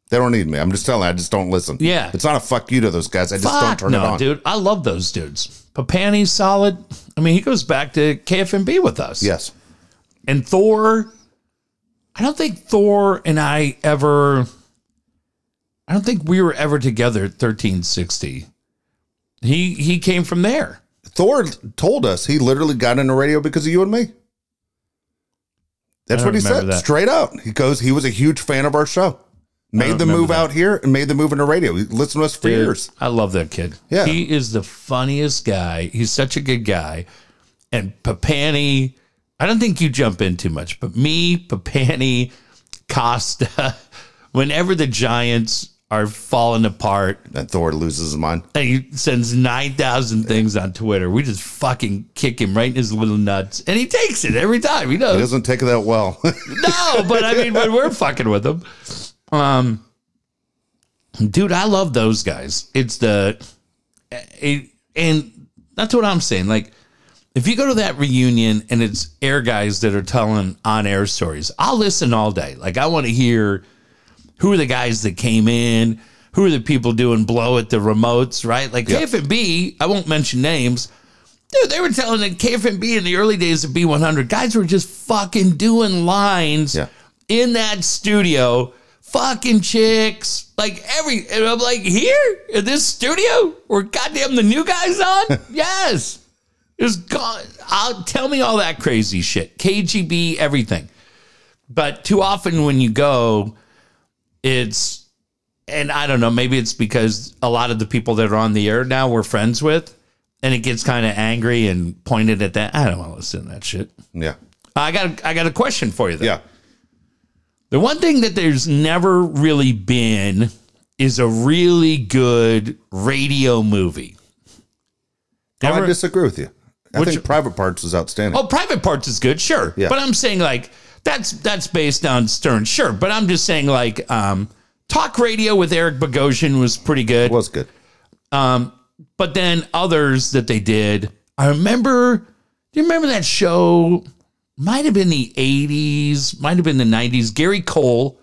Speaker 1: they don't need me. I'm just telling. you, I just don't listen.
Speaker 2: Yeah.
Speaker 1: it's not a fuck you to those guys. I just don't
Speaker 2: Fuck
Speaker 1: turn it
Speaker 2: no,
Speaker 1: on.
Speaker 2: dude. I love those dudes. Papani's solid. I mean, he goes back to KFMB with us.
Speaker 1: Yes,
Speaker 2: And Thor, I don't think Thor and I ever, I don't think we were ever together at 1360. He, he came from there.
Speaker 1: Thor told us he literally got into radio because of you and me. That's
Speaker 2: I don't
Speaker 1: what he
Speaker 2: remember
Speaker 1: said
Speaker 2: that.
Speaker 1: straight up. He goes, he was a huge fan of our show. Made the move out here and made the move into radio. He listened to us for
Speaker 2: Dude,
Speaker 1: years.
Speaker 2: I love that kid.
Speaker 1: Yeah.
Speaker 2: He is the funniest guy. He's such a good guy. And Papani, I don't think you jump in too much, but me, Papani, Costa, whenever the Giants are falling apart,
Speaker 1: And Thor loses his mind.
Speaker 2: and he sends 9,000 things on Twitter. We just fucking kick him right in his little nuts. And he takes it every time. He knows.
Speaker 1: He doesn't take it that well.
Speaker 2: No, but I mean, when we're fucking with them, um, dude, I love those guys. It's the, it, and that's what I'm saying. Like, if you go to that reunion and it's air guys that are telling on air stories, I'll listen all day. Like, I want to hear who are the guys that came in, who are the people doing blow at the remotes, right? Like KFB, I won't mention names. Dude, they were telling that KFB in the early days of B100, guys were just fucking doing lines
Speaker 1: Yeah.
Speaker 2: in that studio, fucking chicks, like every. And I'm like, here in this studio, where goddamn the new guys on? yes, it's gone. I'll tell me all that crazy shit, KGB, everything. But too often when you go, it's and I don't know, maybe it's because a lot of the people that are on the air now we're friends with, and it gets kind of angry and pointed at that. I don't want to listen to that shit.
Speaker 1: yeah.
Speaker 2: I got a, I got a question for you though.
Speaker 1: Yeah.
Speaker 2: The one thing that there's never really been is a really good radio movie.
Speaker 1: Oh, I
Speaker 2: Never-
Speaker 1: disagree with you. I
Speaker 2: Which-
Speaker 1: think Private Parts was outstanding.
Speaker 2: Oh, private parts is good, sure.
Speaker 1: Yeah.
Speaker 2: But I'm saying like that's that's based on Stern, sure. But I'm just saying like um, talk radio with Eric Bogosian was pretty good.
Speaker 1: It was good.
Speaker 2: but then others that they did. I remember. Do you remember that show? Might have been the '80s, might have been the '90s. Gary Cole,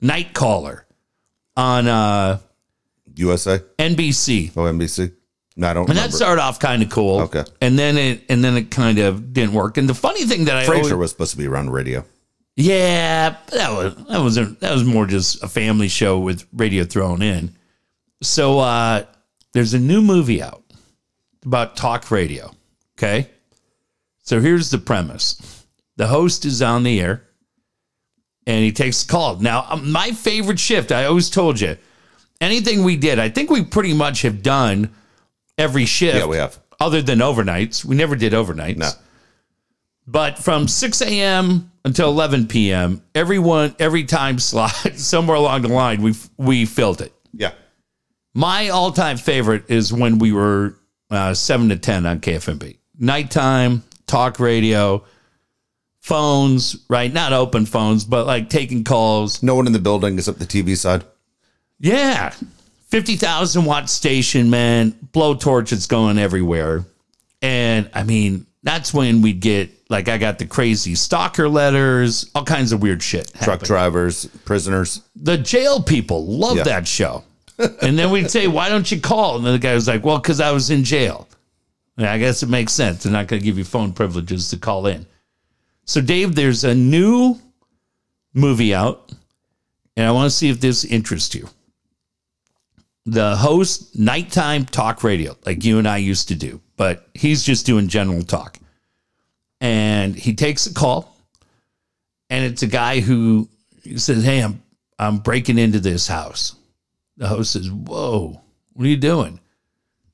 Speaker 2: Night Caller, on uh,
Speaker 1: USA,
Speaker 2: NBC,
Speaker 1: ONBC. No, I don't
Speaker 2: and
Speaker 1: remember.
Speaker 2: that started off kind of cool.
Speaker 1: Okay.
Speaker 2: and then it and then it kind of didn't work. And the funny thing that I always-
Speaker 1: Frasier was supposed to be around radio.
Speaker 2: Yeah, but that was that was a, that was more just a family show with radio thrown in. So uh there's a new movie out about talk radio. Okay? So here's the premise. The host is on the air and he takes a call. Now, um, my favorite shift, I always told you, anything we did, I think we pretty much have done every shift
Speaker 1: Yeah, we have.
Speaker 2: other than overnights. We never did overnights.
Speaker 1: No.
Speaker 2: But from 6 a.m. until 11 p.m., everyone, every time slot, somewhere along the line, we we filled it.
Speaker 1: Yeah.
Speaker 2: My all time favorite is when we were uh, 7 to 10 on KFMB. Nighttime, talk radio, phones, right? Not open phones, but like taking calls.
Speaker 1: No one in the building except the TV side.
Speaker 2: Yeah. 50,000 watt station, man. Blowtorch, it's going everywhere. And I mean, That's when we'd get like I got the crazy stalker letters, all kinds of weird shit.
Speaker 1: Truck
Speaker 2: happened.
Speaker 1: drivers, prisoners.
Speaker 2: The jail people love
Speaker 1: Yeah.
Speaker 2: that show. and then we'd say, "Why don't you call?" And then the guy was like, "Well, because I was in jail." And I guess it makes sense. They're not going to give you phone privileges to call in. So, Dave, there's a new movie out, and I want to see if this interests you. The host, nighttime talk radio, like you and I used to do, but he's just doing general talk. And he takes a call, and it's a guy who says, Hey, I'm, I'm breaking into this house. The host says, Whoa, what are you doing?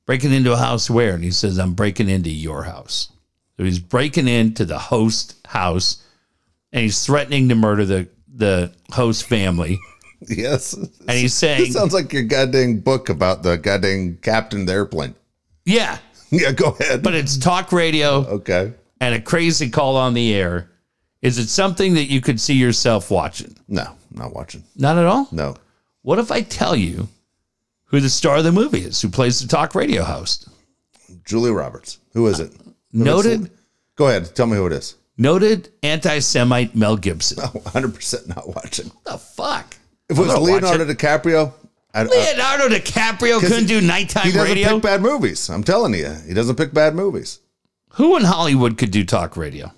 Speaker 2: Breaking into a house where? And he says, I'm breaking into your house. So he's breaking into the host house and he's threatening to murder the, the host family.
Speaker 1: Yes.
Speaker 2: And he's saying,
Speaker 1: It sounds like your goddamn book about the goddamn captain of the airplane.
Speaker 2: Yeah,
Speaker 1: Yeah, go ahead.
Speaker 2: but it's talk radio
Speaker 1: okay.
Speaker 2: and a crazy call on the air. Is it something that you could see yourself watching?
Speaker 1: No, not watching.
Speaker 2: Not at all.
Speaker 1: No.
Speaker 2: What if I tell you who the star of the movie is, who plays the talk radio host?
Speaker 1: Julia Roberts. Who is it?
Speaker 2: Noted,
Speaker 1: Go ahead. Tell me who it is.
Speaker 2: noted anti-Semite Mel Gibson.
Speaker 1: No, 100% not watching.
Speaker 2: What the fuck?
Speaker 1: If it was
Speaker 2: gonna watch
Speaker 1: Leonardo DiCaprio, I'd, I- uh,
Speaker 2: Leonardo DiCaprio couldn't do
Speaker 1: he
Speaker 2: nighttime
Speaker 1: doesn't
Speaker 2: radio.
Speaker 1: pick bad movies. I'm telling you. He doesn't pick bad movies.
Speaker 2: Who in Hollywood could do talk radio?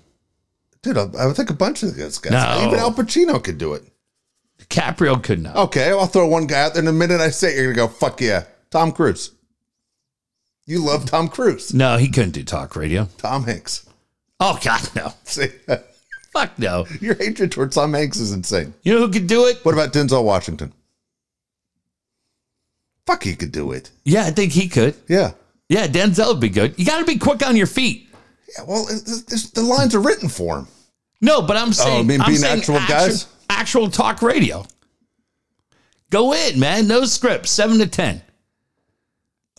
Speaker 1: Dude, I, I think a bunch of these guys.
Speaker 2: No.
Speaker 1: Even Al Pacino could do it.
Speaker 2: DiCaprio could not.
Speaker 1: Okay, I'll throw one guy out there. And the minute I say it, you're going to go, fuck yeah. Tom Cruise. You love Tom Cruise.
Speaker 2: No, he couldn't do talk radio.
Speaker 1: Tom Hanks.
Speaker 2: Oh God, no.
Speaker 1: See,
Speaker 2: Fuck no.
Speaker 1: your hatred towards Tom Hanks is insane.
Speaker 2: You know who could do it?
Speaker 1: What about Denzel Washington? Fuck, he could do it.
Speaker 2: Yeah, I think he could.
Speaker 1: Yeah.
Speaker 2: Yeah, Denzel would be good. You got to be quick on your feet.
Speaker 1: Yeah, well, it- it's- it's- the lines are written for him.
Speaker 2: No, but I'm saying,
Speaker 1: Oh, mean
Speaker 2: I'm
Speaker 1: being
Speaker 2: saying
Speaker 1: actual guys?
Speaker 2: actual talk radio. Go in, man. No script. Seven to ten.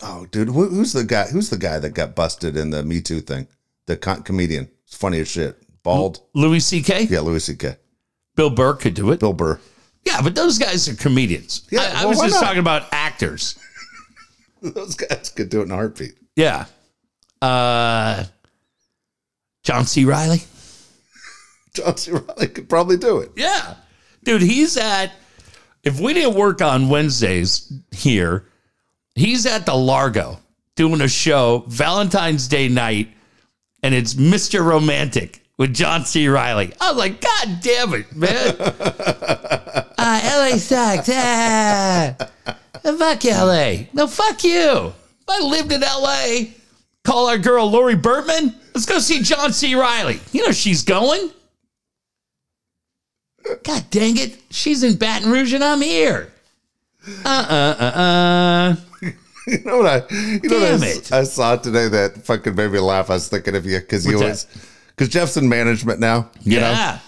Speaker 1: Oh, dude, who, who's the guy? Who's the guy that got busted in the Me Too thing? The con- comedian. It's funny as shit. Bald.
Speaker 2: Louis C.K.
Speaker 1: Yeah, Louis C.K.
Speaker 2: Bill Burr could do it.
Speaker 1: Bill Burr.
Speaker 2: Yeah, but those guys are comedians.
Speaker 1: Yeah,
Speaker 2: I, I
Speaker 1: well,
Speaker 2: was
Speaker 1: why
Speaker 2: just
Speaker 1: not?
Speaker 2: talking about actors.
Speaker 1: Those guys could do it in a heartbeat.
Speaker 2: Yeah. Uh, John C. Riley.
Speaker 1: John C. Riley could probably do it.
Speaker 2: Yeah. Dude, he's at, if we didn't work on Wednesdays here, he's at the Largo doing a show Valentine's Day night, and it's Mr. Romantic with John C. Riley. I was like, God damn it, man. uh, LA sucks. Ah. Fuck LA. No, fuck you. If I lived in LA, call our girl Lori Burtman. Let's go see John C. Riley. You know she's going. God dang it. She's in Baton Rouge and I'm here. Uh uh uh uh.
Speaker 1: You know what I? You know
Speaker 2: Damn
Speaker 1: what I,
Speaker 2: it.
Speaker 1: I saw today that fucking made me laugh. I was thinking of you because you
Speaker 2: What's
Speaker 1: always because Jeff's in management now. You know,
Speaker 2: Yeah.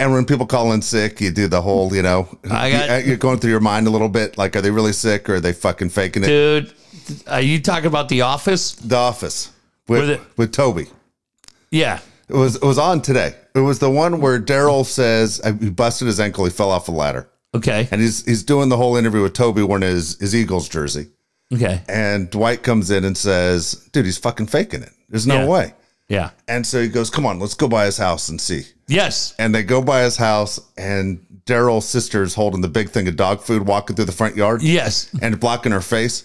Speaker 1: and when people call in sick, you do the whole you know.
Speaker 2: I got-
Speaker 1: you, are going through your mind a little bit. Like, are they really sick or are they fucking faking it?
Speaker 2: Dude, are you talking about The Office?
Speaker 1: The Office with
Speaker 2: Were they-
Speaker 1: with Toby.
Speaker 2: Yeah.
Speaker 1: It was it was on today. It was the one where Daryl says uh, he busted his ankle. He fell off a ladder,
Speaker 2: Okay.
Speaker 1: and he's he's doing the whole interview with Toby wearing his his Eagles jersey.
Speaker 2: Okay.
Speaker 1: And Dwight comes in and says, "Dude, he's fucking faking it. There's no
Speaker 2: Yeah.
Speaker 1: way."
Speaker 2: Yeah.
Speaker 1: And so he goes, "Come on, let's go by his house and see."
Speaker 2: Yes.
Speaker 1: And they go by his house, and Daryl's sister's holding the big thing of dog food, walking through the front yard
Speaker 2: Yes.
Speaker 1: and blocking her face.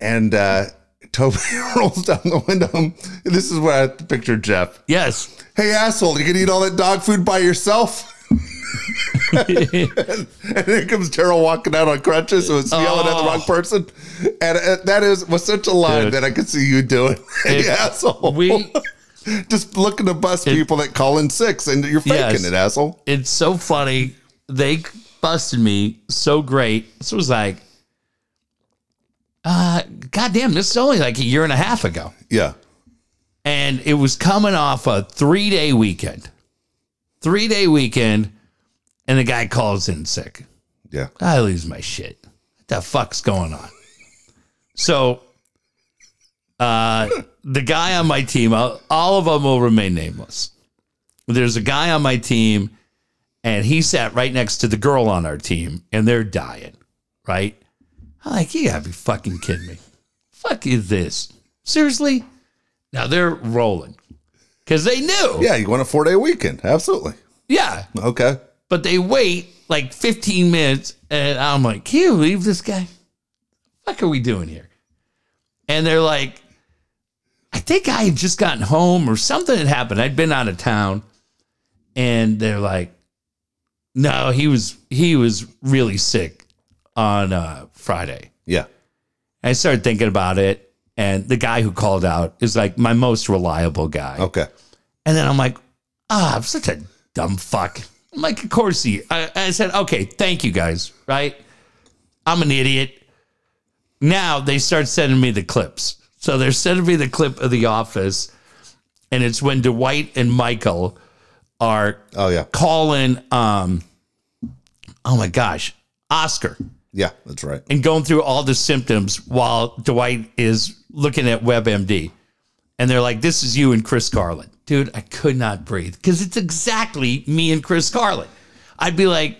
Speaker 1: And uh, Toby rolls down the window. This is where I picture Jeff.
Speaker 2: Yes.
Speaker 1: Hey, asshole, you can eat all that dog food by yourself. and here comes Daryl walking out on crutches, so it's yelling at the wrong
Speaker 2: Oh.
Speaker 1: person. And uh, that is was such a line
Speaker 2: Dude.
Speaker 1: that I could see you doing. Hey,
Speaker 2: If
Speaker 1: asshole.
Speaker 2: we-
Speaker 1: just looking to bust people that call in six, and you're faking
Speaker 2: Yes.
Speaker 1: it, asshole.
Speaker 2: it's so funny. They busted me so great. This was like, uh, goddamn, this is only like a year and a half ago.
Speaker 1: Yeah,
Speaker 2: and it was coming off a three day weekend. Three day weekend, and the guy calls in sick.
Speaker 1: yeah.
Speaker 2: I lose my shit. What the fuck's going on? So, uh, the guy on my team, all all of them will remain nameless. There's a guy on my team, and he sat right next to the girl on our team, and they're dying, right? I'm like, you gotta be fucking kidding me. Fuck is this? Seriously? Now they're rolling. because they knew.
Speaker 1: Yeah, you want a four day weekend. Absolutely.
Speaker 2: yeah.
Speaker 1: Okay.
Speaker 2: But they wait like 15 minutes, and I'm like, can you believe this guy? What are we doing here? And they're like, I think I had just gotten home or something had happened. I'd been out of town, and they're like, no, he was he was really sick on uh, Friday.
Speaker 1: Yeah.
Speaker 2: I started thinking about it, and the guy who called out is like my most reliable guy.
Speaker 1: Okay.
Speaker 2: And then I'm like, ah, I'm such a dumb fuck. I'm like, of course he. I, I said, okay, thank you guys, right? I'm an idiot. Now they start sending me the clips. So they're sending me the clip of The Office, and it's when Dwight and Michael are
Speaker 1: Oh, yeah.
Speaker 2: calling, um, oh my gosh, Oscar
Speaker 1: Yeah. That's right.
Speaker 2: and going through all the symptoms while Dwight is looking at WebMD. And they're like, this is you and Chris Carlin. Dude, I could not breathe because it's exactly me and Chris Carlin. I'd be like,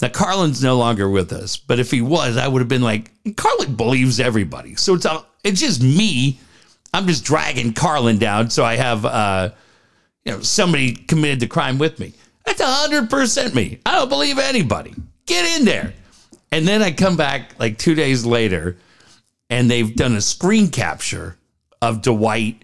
Speaker 2: now Carlin's no longer with us, but if he was, I would have been like, Carlin believes everybody. So it's all, it's just me. I'm just dragging Carlin down. So I have, uh, you know, somebody committed the crime with me. That's 100% me. I don't believe anybody. Get in there. And then I come back like two days later and they've done a screen capture of Dwight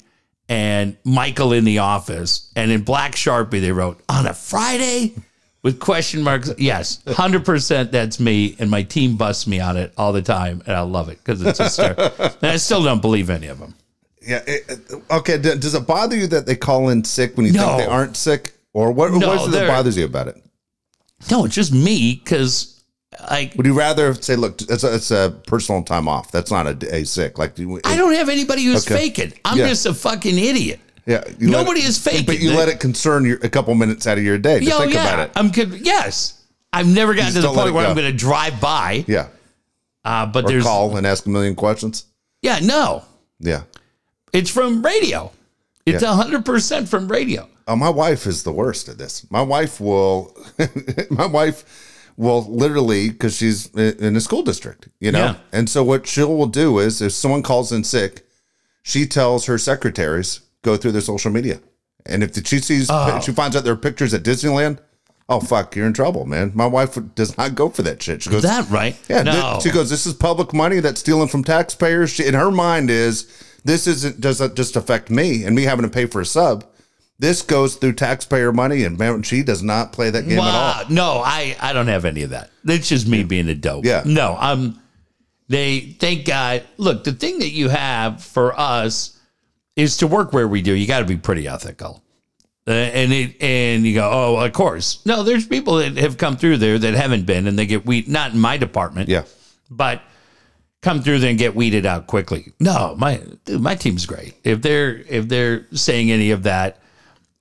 Speaker 2: and Michael in the office. And in black Sharpie, they wrote, on a Friday with question marks. Yes, 100% that's me. And my team busts me on it all the time. And I love it because it's just, and I still don't believe any of them.
Speaker 1: Yeah. it- it- okay. d- Does it bother you that they call in sick when you
Speaker 2: No.
Speaker 1: think they aren't sick? Or what,
Speaker 2: No,
Speaker 1: what is it
Speaker 2: they're-
Speaker 1: that bothers you about it?
Speaker 2: No, it's just me because like
Speaker 1: Would you rather say, look, that's a, that's a personal time off? That's not a day sick. Like, do you,
Speaker 2: I don't have anybody who's
Speaker 1: Okay.
Speaker 2: faking. I'm
Speaker 1: Yeah.
Speaker 2: just a fucking idiot.
Speaker 1: yeah, you let
Speaker 2: Nobody
Speaker 1: it-
Speaker 2: is faking.
Speaker 1: But you
Speaker 2: They-
Speaker 1: let it concern you a couple minutes out of your day. Just
Speaker 2: Yo,
Speaker 1: think
Speaker 2: yeah,
Speaker 1: about it.
Speaker 2: I'm con- yes. I've never gotten
Speaker 1: just
Speaker 2: to the
Speaker 1: don't let
Speaker 2: point
Speaker 1: it
Speaker 2: where
Speaker 1: go.
Speaker 2: I'm going to drive by.
Speaker 1: yeah.
Speaker 2: Uh, but
Speaker 1: Or
Speaker 2: there's
Speaker 1: call and ask a million questions.
Speaker 2: yeah, no,
Speaker 1: Yeah.
Speaker 2: it's from radio. It's hundred percent from radio.
Speaker 1: Oh, my wife is the worst at this. My wife will, my wife will literally because she's i- in a school district, you know.
Speaker 2: Yeah.
Speaker 1: And so what she will do is, if someone calls in sick, she tells her secretaries go through their social media, and if she sees, she finds out there are pictures at Disneyland. Oh fuck, you're in trouble, man. My wife does not go for that shit. She goes,
Speaker 2: Is that right?
Speaker 1: yeah, thi-
Speaker 2: no.
Speaker 1: she goes, this is public money that's stealing from taxpayers. She, in her mind is, this isn't doesn't just affect me and me having to pay for a sub. This goes through taxpayer money, and man, she does not play that game at all.
Speaker 2: wow. No, I I don't have any of that. That's just me being a dope.
Speaker 1: Yeah.
Speaker 2: No, I'm. They thank God. Look, the thing that you have for us is to work where we do. You got to be pretty ethical. Uh, and it and you go, oh, of course. No, there's people that have come through there that haven't been, and they get we not in my department.
Speaker 1: Yeah,
Speaker 2: but come through there and get weeded out quickly. No, my dude, my team's great. If they're if they're saying any of that,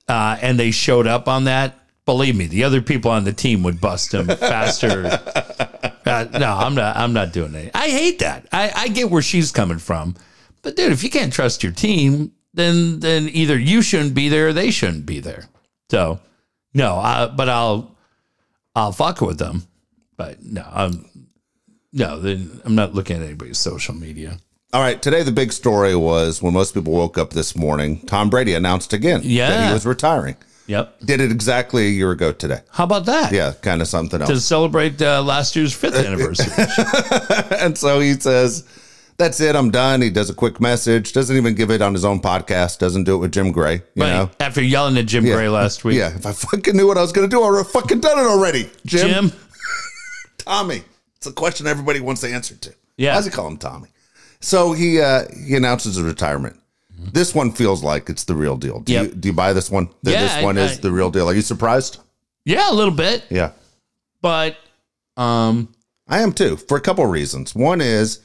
Speaker 2: uh, and they showed up on that, believe me, the other people on the team would bust them faster. Uh, no, I'm not. I'm not doing it. I hate that. I, I get where she's coming from, but dude, if you can't trust your team, then then either you shouldn't be there or they shouldn't be there. So, no. I, but I'll I'll fuck with them. But no, I'm no, then I'm not looking at anybody's social media.
Speaker 1: All right. Today, the big story was when most people woke up this morning. Tom Brady announced again that
Speaker 2: Yeah.
Speaker 1: he was retiring.
Speaker 2: Yep.
Speaker 1: Did it exactly a year ago today.
Speaker 2: How about that?
Speaker 1: Yeah, kind of something else.
Speaker 2: To celebrate uh, last year's fifth anniversary.
Speaker 1: and so he says, "That's it. I'm done." He does a quick message. Doesn't even give it on his own podcast. Doesn't do it with Jim Gray. You
Speaker 2: Right.
Speaker 1: know.
Speaker 2: After yelling at Jim Gray last week.
Speaker 1: Yeah, if I fucking knew what I was going to do, I would have fucking done it already. Jim,
Speaker 2: Jim,
Speaker 1: Tommy. It's a question everybody wants the answer to.
Speaker 2: Yeah.
Speaker 1: Why does he call him Tommy? So he uh, he announces his retirement. This one feels like it's the real deal. Do, you,
Speaker 2: Yep.
Speaker 1: do you buy this one? That
Speaker 2: Yeah,
Speaker 1: this one
Speaker 2: I-
Speaker 1: is the real deal. Are you surprised?
Speaker 2: yeah, a little bit,
Speaker 1: Yeah.
Speaker 2: but um,
Speaker 1: I am too, for a couple of reasons. One is,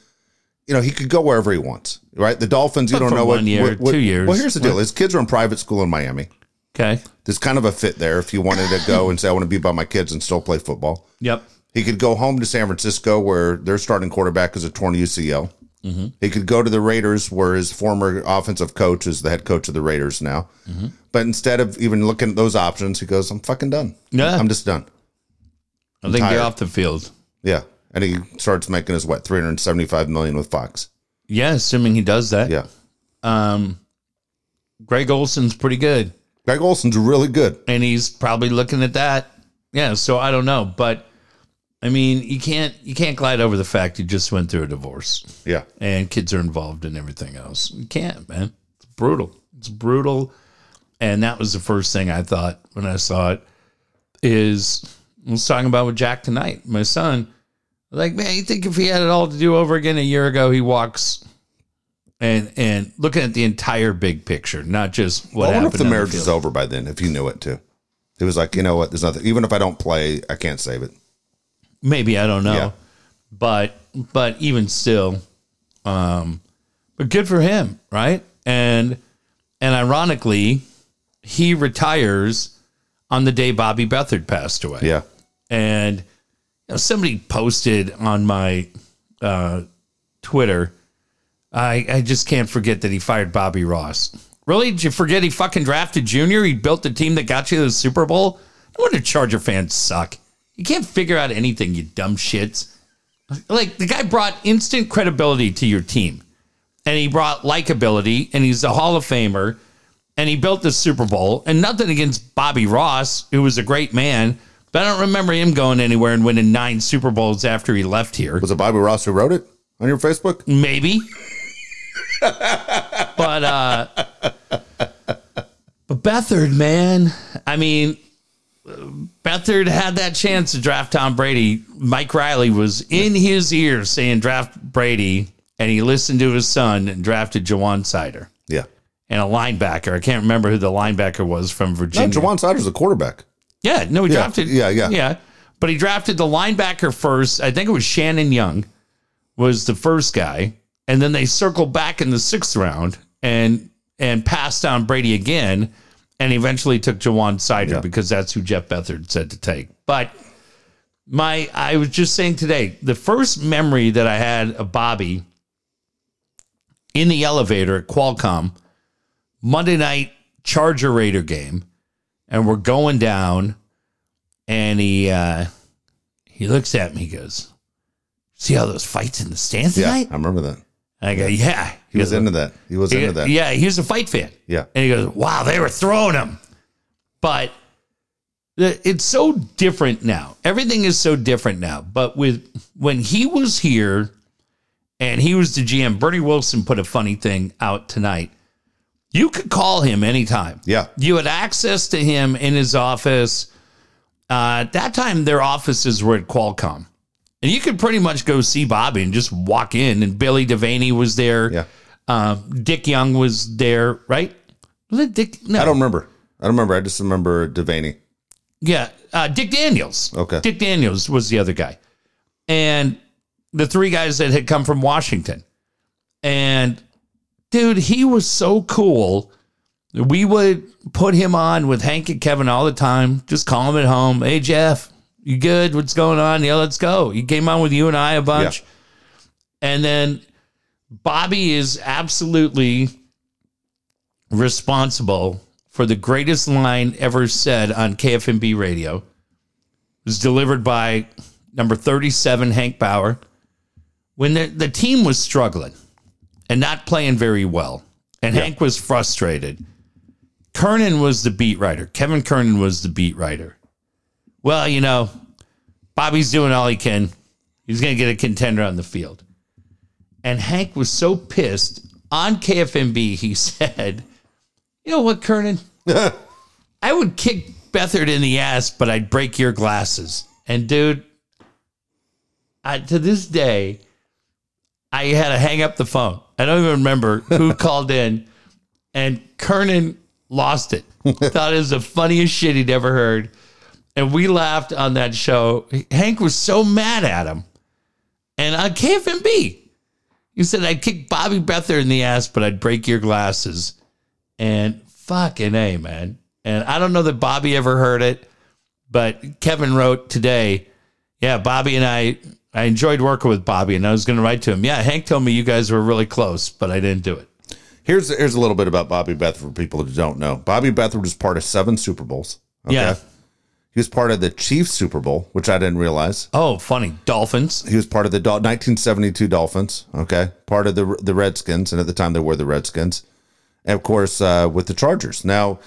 Speaker 1: you know, he could go wherever he wants, right? The Dolphins, you
Speaker 2: But
Speaker 1: don't
Speaker 2: for
Speaker 1: know what,
Speaker 2: one year,
Speaker 1: what- what-
Speaker 2: two years.
Speaker 1: Well, here's the deal: his kids are in private school in Miami.
Speaker 2: okay,
Speaker 1: There's kind of a fit there. If you wanted to go and say, "I want to be by my kids and still play football,"
Speaker 2: yep,
Speaker 1: He could go home to San Francisco, where their starting quarterback is a torn UCL.
Speaker 2: Mm-hmm.
Speaker 1: He could go to the Raiders, where his former offensive coach is the head coach of the Raiders now.
Speaker 2: Mm-hmm.
Speaker 1: But instead of even looking at those options, he goes, "I'm fucking done.
Speaker 2: Yeah.
Speaker 1: I'm just done."
Speaker 2: I think
Speaker 1: tired.
Speaker 2: they're off the field.
Speaker 1: Yeah, and he starts making his what 375 million with Fox.
Speaker 2: Yeah, assuming he does that.
Speaker 1: Yeah,
Speaker 2: Um, Greg Olson's pretty good.
Speaker 1: Greg Olson's really good.
Speaker 2: and he's probably looking at that. Yeah, so I don't know, but I mean, you can't you can't glide over the fact you just went through a divorce
Speaker 1: Yeah.
Speaker 2: and kids are involved in everything else. You can't, man. It's brutal. It's brutal. And that was the first thing I thought when I saw it is I was talking about with Jack tonight, my son. Like, man, you think if he had it all to do over again a year ago, he walks and and looking at the entire big picture, not just what
Speaker 1: I wonder if
Speaker 2: happened.
Speaker 1: the
Speaker 2: on
Speaker 1: marriage
Speaker 2: field.
Speaker 1: was over by then, if he knew it too. He was like, you know what? There's nothing. Even if I don't play, I can't save it.
Speaker 2: maybe I don't know,
Speaker 1: Yeah.
Speaker 2: but but even still, um, but good for him, right? And and ironically, he retires on the day Bobby Bethard passed away,
Speaker 1: Yeah.
Speaker 2: and you know, somebody posted on my uh, Twitter. I, I just can't forget that he fired Bobby Ross. Really? Did you forget he fucking drafted Junior? He built the team that got you to the Super Bowl? No wonder Charger fans suck. You can't figure out anything, you dumb shits. Like, the guy brought instant credibility to your team, and he brought likability, and he's a Hall of Famer, and he built the Super Bowl. And nothing against Bobby Ross, who was a great man, but I don't remember him going anywhere and winning nine Super Bowls after he left here
Speaker 1: Was it Bobby Ross who wrote it on your Facebook?
Speaker 2: maybe. but uh but Bethard, man, I mean Bethard had that chance to draft Tom Brady. Mike Riley was in his ear saying draft Brady, and he listened to his son and drafted Jawan Sider
Speaker 1: Yeah.
Speaker 2: and a linebacker. I can't remember who the linebacker was from Virginia.
Speaker 1: And Jawan Sider's a quarterback.
Speaker 2: Yeah, no, he
Speaker 1: Yeah,
Speaker 2: drafted.
Speaker 1: yeah, yeah.
Speaker 2: yeah. But he drafted the linebacker first. I think it was Shannon Young was the first guy, and then they circled back in the sixth round and and passed on Brady again, and eventually took Jawan Sider because that's who Jeff Bethard said to take. But my, I was just saying today, the first memory that I had of Bobby in the elevator at Qualcomm Monday night Charger Raider game and we're going down and he uh he looks at me he goes see all those fights in the stands
Speaker 1: Yeah.
Speaker 2: tonight
Speaker 1: I remember that.
Speaker 2: and i go yeah
Speaker 1: He was
Speaker 2: goes,
Speaker 1: into that. He was into that.
Speaker 2: yeah he was a fight fan
Speaker 1: Yeah.
Speaker 2: and he goes wow they were throwing him but the- it's so different now everything is so different now but with when he was here and he was the gm bernie wilson put a funny thing out tonight you could call him anytime
Speaker 1: Yeah.
Speaker 2: you had access to him in his office. Uh, at that time, their offices were at Qualcomm. And you could pretty much go see Bobby and just walk in. And Billy Devaney was there.
Speaker 1: Yeah.
Speaker 2: Uh, Dick Young was there, right? Was it Dick, no.
Speaker 1: I don't remember. I don't remember. I just remember Devaney.
Speaker 2: Yeah, uh, Dick Daniels.
Speaker 1: Okay.
Speaker 2: Dick Daniels was the other guy, and the three guys that had come from Washington, and dude, he was so cool. We would put him on with Hank and Kevin all the time. Just call him at home. Hey Jeff, you good? What's going on? Yeah, let's go. He came on with you and I a bunch, and then Bobby is absolutely responsible for the greatest line ever said on KFMB radio. It was delivered by number 37, Hank Bauer, when the, the team was struggling and not playing very well. And Hank was frustrated. Kernan was the beat writer. Kevin Kernan was the beat writer. Well, you know, Bobby's doing all he can. He's going to get a contender on the field. And Hank was so pissed on KFMB, he said, You know what, Kernan? I would kick Bethard in the ass, but I'd break your glasses. And dude, I, to this day, I had to hang up the phone. I don't even remember who called in. And Kernan lost it. Thought it was the funniest shit he'd ever heard. And we laughed on that show. Hank was so mad at him. And on KFMB, he said, I'd kick Bobby Bethard in the ass, but I'd break your glasses. And fucking A, man. And I don't know that Bobby ever heard it, but Kevin wrote today, yeah, Bobby and I, I enjoyed working with Bobby and I was going to write to him. Yeah, Hank told me you guys were really close, but I didn't do it.
Speaker 1: Here's here's a little bit about Bobby Bethard for people who don't know. Bobby Bethard was part of seven Super Bowls.
Speaker 2: Yeah.
Speaker 1: He was part of the Chiefs Super Bowl, which I didn't realize.
Speaker 2: Oh, funny. Dolphins.
Speaker 1: He was part of the Dol- 1972 Dolphins. Okay, part of the the Redskins, and at the time they were the Redskins, and of course uh, with the Chargers. Now,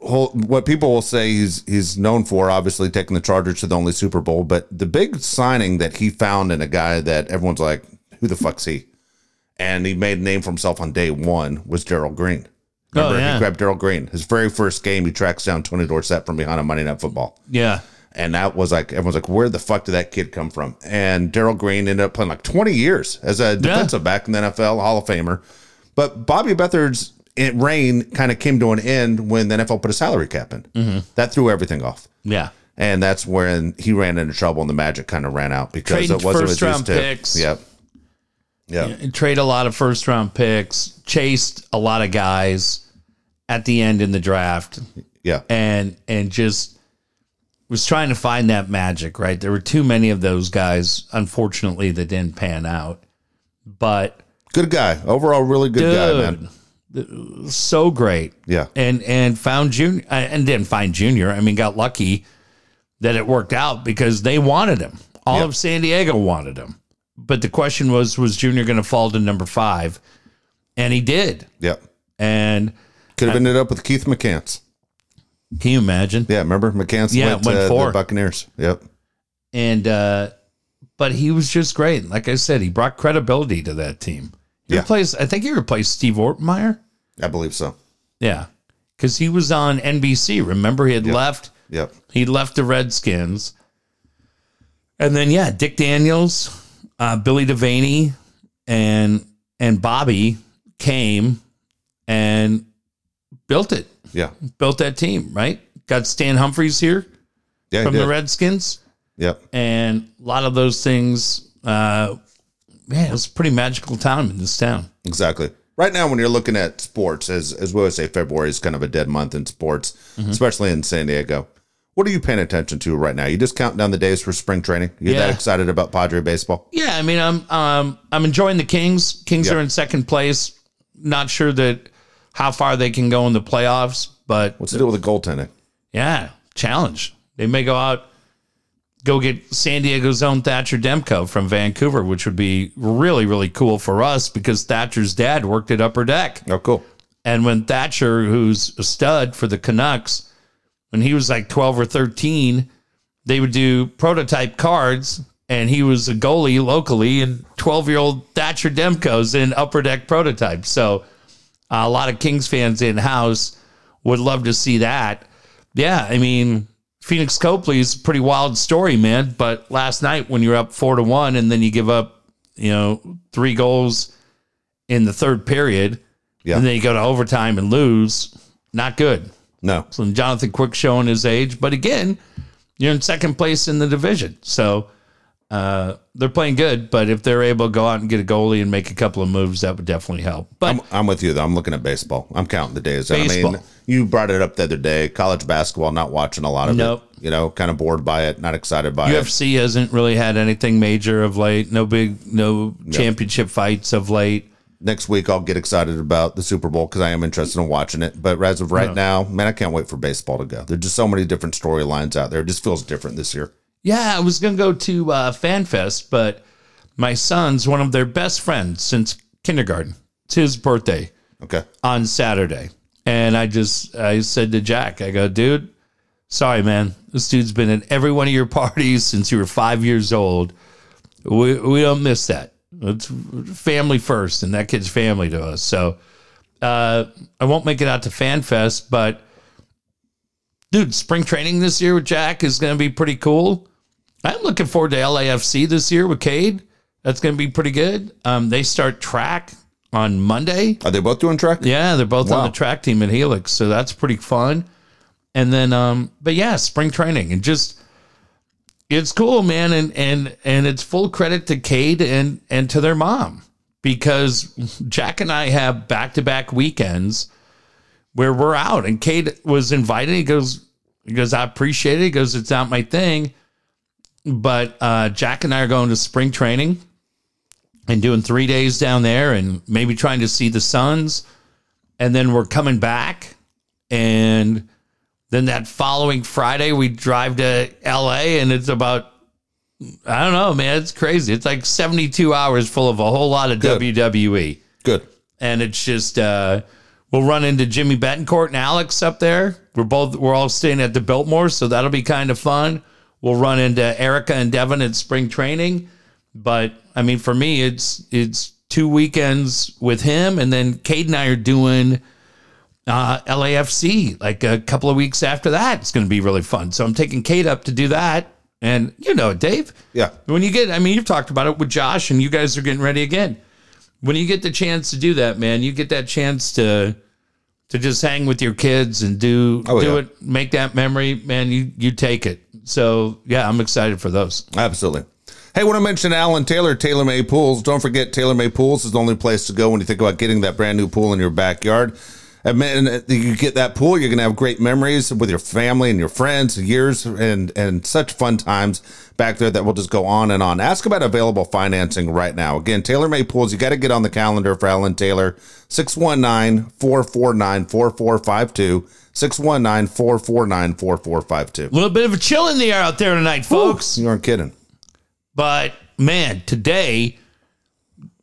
Speaker 1: whole, what people will say he's he's known for, obviously taking the Chargers to the only Super Bowl, but the big signing that he found in a guy that everyone's like, who the fuck's he? And he made a name for himself on day one was Gerald Green.
Speaker 2: Oh,
Speaker 1: Remember,
Speaker 2: yeah.
Speaker 1: he grabbed Gerald Green. His very first game, he tracks down Tony Dorsett from behind on Monday Night Football.
Speaker 2: Yeah.
Speaker 1: And that was like everyone's like, where the fuck did that kid come from? And Daryl Green ended up playing like 20 years as a defensive back in the NFL, Hall of Famer. But Bobby Bethard's it- reign kind of came to an end when the NFL put a salary cap in.
Speaker 2: Mm-hmm.
Speaker 1: That threw everything off.
Speaker 2: Yeah.
Speaker 1: And that's when he ran into trouble and the magic kind of ran out because
Speaker 2: Trading
Speaker 1: it wasn't
Speaker 2: first
Speaker 1: what it used
Speaker 2: round
Speaker 1: to.
Speaker 2: picks.
Speaker 1: Yep. Yeah.
Speaker 2: Trade a lot of first round picks, chased a lot of guys at the end in the draft.
Speaker 1: Yeah.
Speaker 2: and and just was trying to find that magic, right? There were too many of those guys, unfortunately, that didn't pan out. But
Speaker 1: Good guy. Overall, really good guy, man.
Speaker 2: so great.
Speaker 1: Yeah.
Speaker 2: And and found Junior uh, and didn't find Junior. I mean, got lucky that it worked out because they wanted him. All of San Diego wanted him. But the question was, was Junior going to fall to number five? And he did.
Speaker 1: Yep.
Speaker 2: And
Speaker 1: Could have ended up with Keith McCants.
Speaker 2: can you imagine?
Speaker 1: Yeah. Remember McCants
Speaker 2: Yeah,
Speaker 1: went,
Speaker 2: went
Speaker 1: to
Speaker 2: four.
Speaker 1: the Buccaneers. Yep.
Speaker 2: and uh but he was just great. Like I said, he brought credibility to that team. He
Speaker 1: Yeah.
Speaker 2: replaced, I think he replaced Steve Ortmeyer.
Speaker 1: I believe so.
Speaker 2: Yeah, because he was on NBC. Remember, he had left.
Speaker 1: Yep.
Speaker 2: He left the Redskins, and then yeah, Dick Daniels, uh, Billy Devaney, and and Bobby came and built it,
Speaker 1: Yeah.
Speaker 2: built that team. Right, got Stan Humphries here
Speaker 1: Yeah. he
Speaker 2: from
Speaker 1: did.
Speaker 2: the Redskins.
Speaker 1: Yep.
Speaker 2: and a lot of those things. Uh, man, it was a pretty magical time in this town.
Speaker 1: Exactly. Right now, when you're looking at sports, as as we always say, February is kind of a dead month in sports,
Speaker 2: Mm-hmm.
Speaker 1: especially in San Diego. What are you paying attention to right now? You just counting down the days for spring training. You're that
Speaker 2: Yeah.
Speaker 1: excited about Padre baseball?
Speaker 2: Yeah, I mean, I'm um, I'm enjoying the Kings. Kings
Speaker 1: Yeah.
Speaker 2: are in second place. Not sure that how far they can go in the playoffs, but
Speaker 1: What's the deal with the goaltending?
Speaker 2: yeah, challenge. They may go out, go get San Diego's own Thatcher Demko from Vancouver, which would be really really cool for us because Thatcher's dad worked at Upper Deck.
Speaker 1: Oh, cool.
Speaker 2: And when Thatcher, who's a stud for the Canucks, when he was like 12 or 13, they would do prototype cards. And he was a goalie locally, and 12 year old Thatcher Demko's in upper deck prototype. So a lot of Kings fans in house would love to see that. Yeah, I mean, Phoenix Copley's a pretty wild story, man. But last night when you're up four to one and then you give up, you know, three goals in the third period,
Speaker 1: Yeah.
Speaker 2: and then you go to overtime and lose, not good.
Speaker 1: No,
Speaker 2: So Jonathan Quick showing his age, but again, you're in second place in the division. So uh, they're playing good, but if they're able to go out and get a goalie and make a couple of moves, that would definitely help. But
Speaker 1: I'm, I'm with you though. I'm looking at baseball. I'm counting the days. I mean,
Speaker 2: Baseball.
Speaker 1: you brought it up the other day. College basketball, not watching a lot of
Speaker 2: Nope.
Speaker 1: it. You know, kind of bored by it, not excited by it.
Speaker 2: UFC hasn't really had anything major of late. No big, no championship fights of late.
Speaker 1: next week I'll get excited about the Super Bowl because I am interested in watching it. But as of right now, man, I can't wait for baseball to go. There's just so many different storylines out there. It just feels different this year.
Speaker 2: Yeah, I was gonna go to uh, FanFest, but my son's one of their best friends since kindergarten. It's his birthday
Speaker 1: Okay.
Speaker 2: on Saturday, and I just I said to Jack, I go, dude, sorry man, this dude's been at every one of your parties since you were five years old. We we don't miss that. It's family first, and that kid's family to us. So uh, I won't make it out to FanFest, but dude, spring training this year with Jack is going to be pretty cool. I'm looking forward to LAFC this year with Cade. That's going to be pretty good. Um, they start track on Monday.
Speaker 1: Are they both doing track?
Speaker 2: Yeah, they're both
Speaker 1: Wow.
Speaker 2: on the track team at Helix, so that's pretty fun. And then, um, but yeah, spring training and just it's cool, man, and and and it's full credit to Cade and and to their mom because Jack and I have back to back weekends where we're out, and Cade was invited. He goes, he goes, I appreciate it. He goes, it's not my thing, but uh, Jack and I are going to spring training. And doing three days down there, and maybe trying to see the Suns and then we're coming back and then that following friday we drive to la and it's about i don't know man it's crazy it's like 72 hours full of E. a whole lot of
Speaker 1: Good.
Speaker 2: wwe
Speaker 1: Good.
Speaker 2: and it's just uh We'll run into Jimmy Betancourt and Alex up there. We're both we're all staying at the Biltmore, so that'll be kind of fun. We'll run into Erica and Devin at spring training. But I mean, for me, it's it's two weekends with him, and then Cade and I are doing uh, LAFC like a couple of weeks after that. It's going to be really fun. So I'm taking Kate up to do that, and you know, it, Dave,
Speaker 1: Yeah.
Speaker 2: when you get, I mean, you've talked about it with Josh, and you guys are getting ready again. When you get the chance to do that, man, you get that chance to to just hang with your kids and do
Speaker 1: Oh,
Speaker 2: do
Speaker 1: yeah.
Speaker 2: it, make that memory, man. You you take it. So yeah, I'm excited for those.
Speaker 1: Absolutely. Hey, want to mention Alan Taylor, Taylor May Pools. Don't forget, Taylor May Pools is the only place to go when you think about getting that brand new pool in your backyard. And man, that you get that pool, you're gonna have great memories with your family and your friends, years and and such fun times back there that will just go on and on. Ask about available financing right now. Again, Taylor May Pools, you got to get on the calendar for Alan Taylor, 619-449-4452, 619-449-4452.
Speaker 2: A little bit of a chill in the air out there tonight, folks.
Speaker 1: You aren't kidding.
Speaker 2: But man, today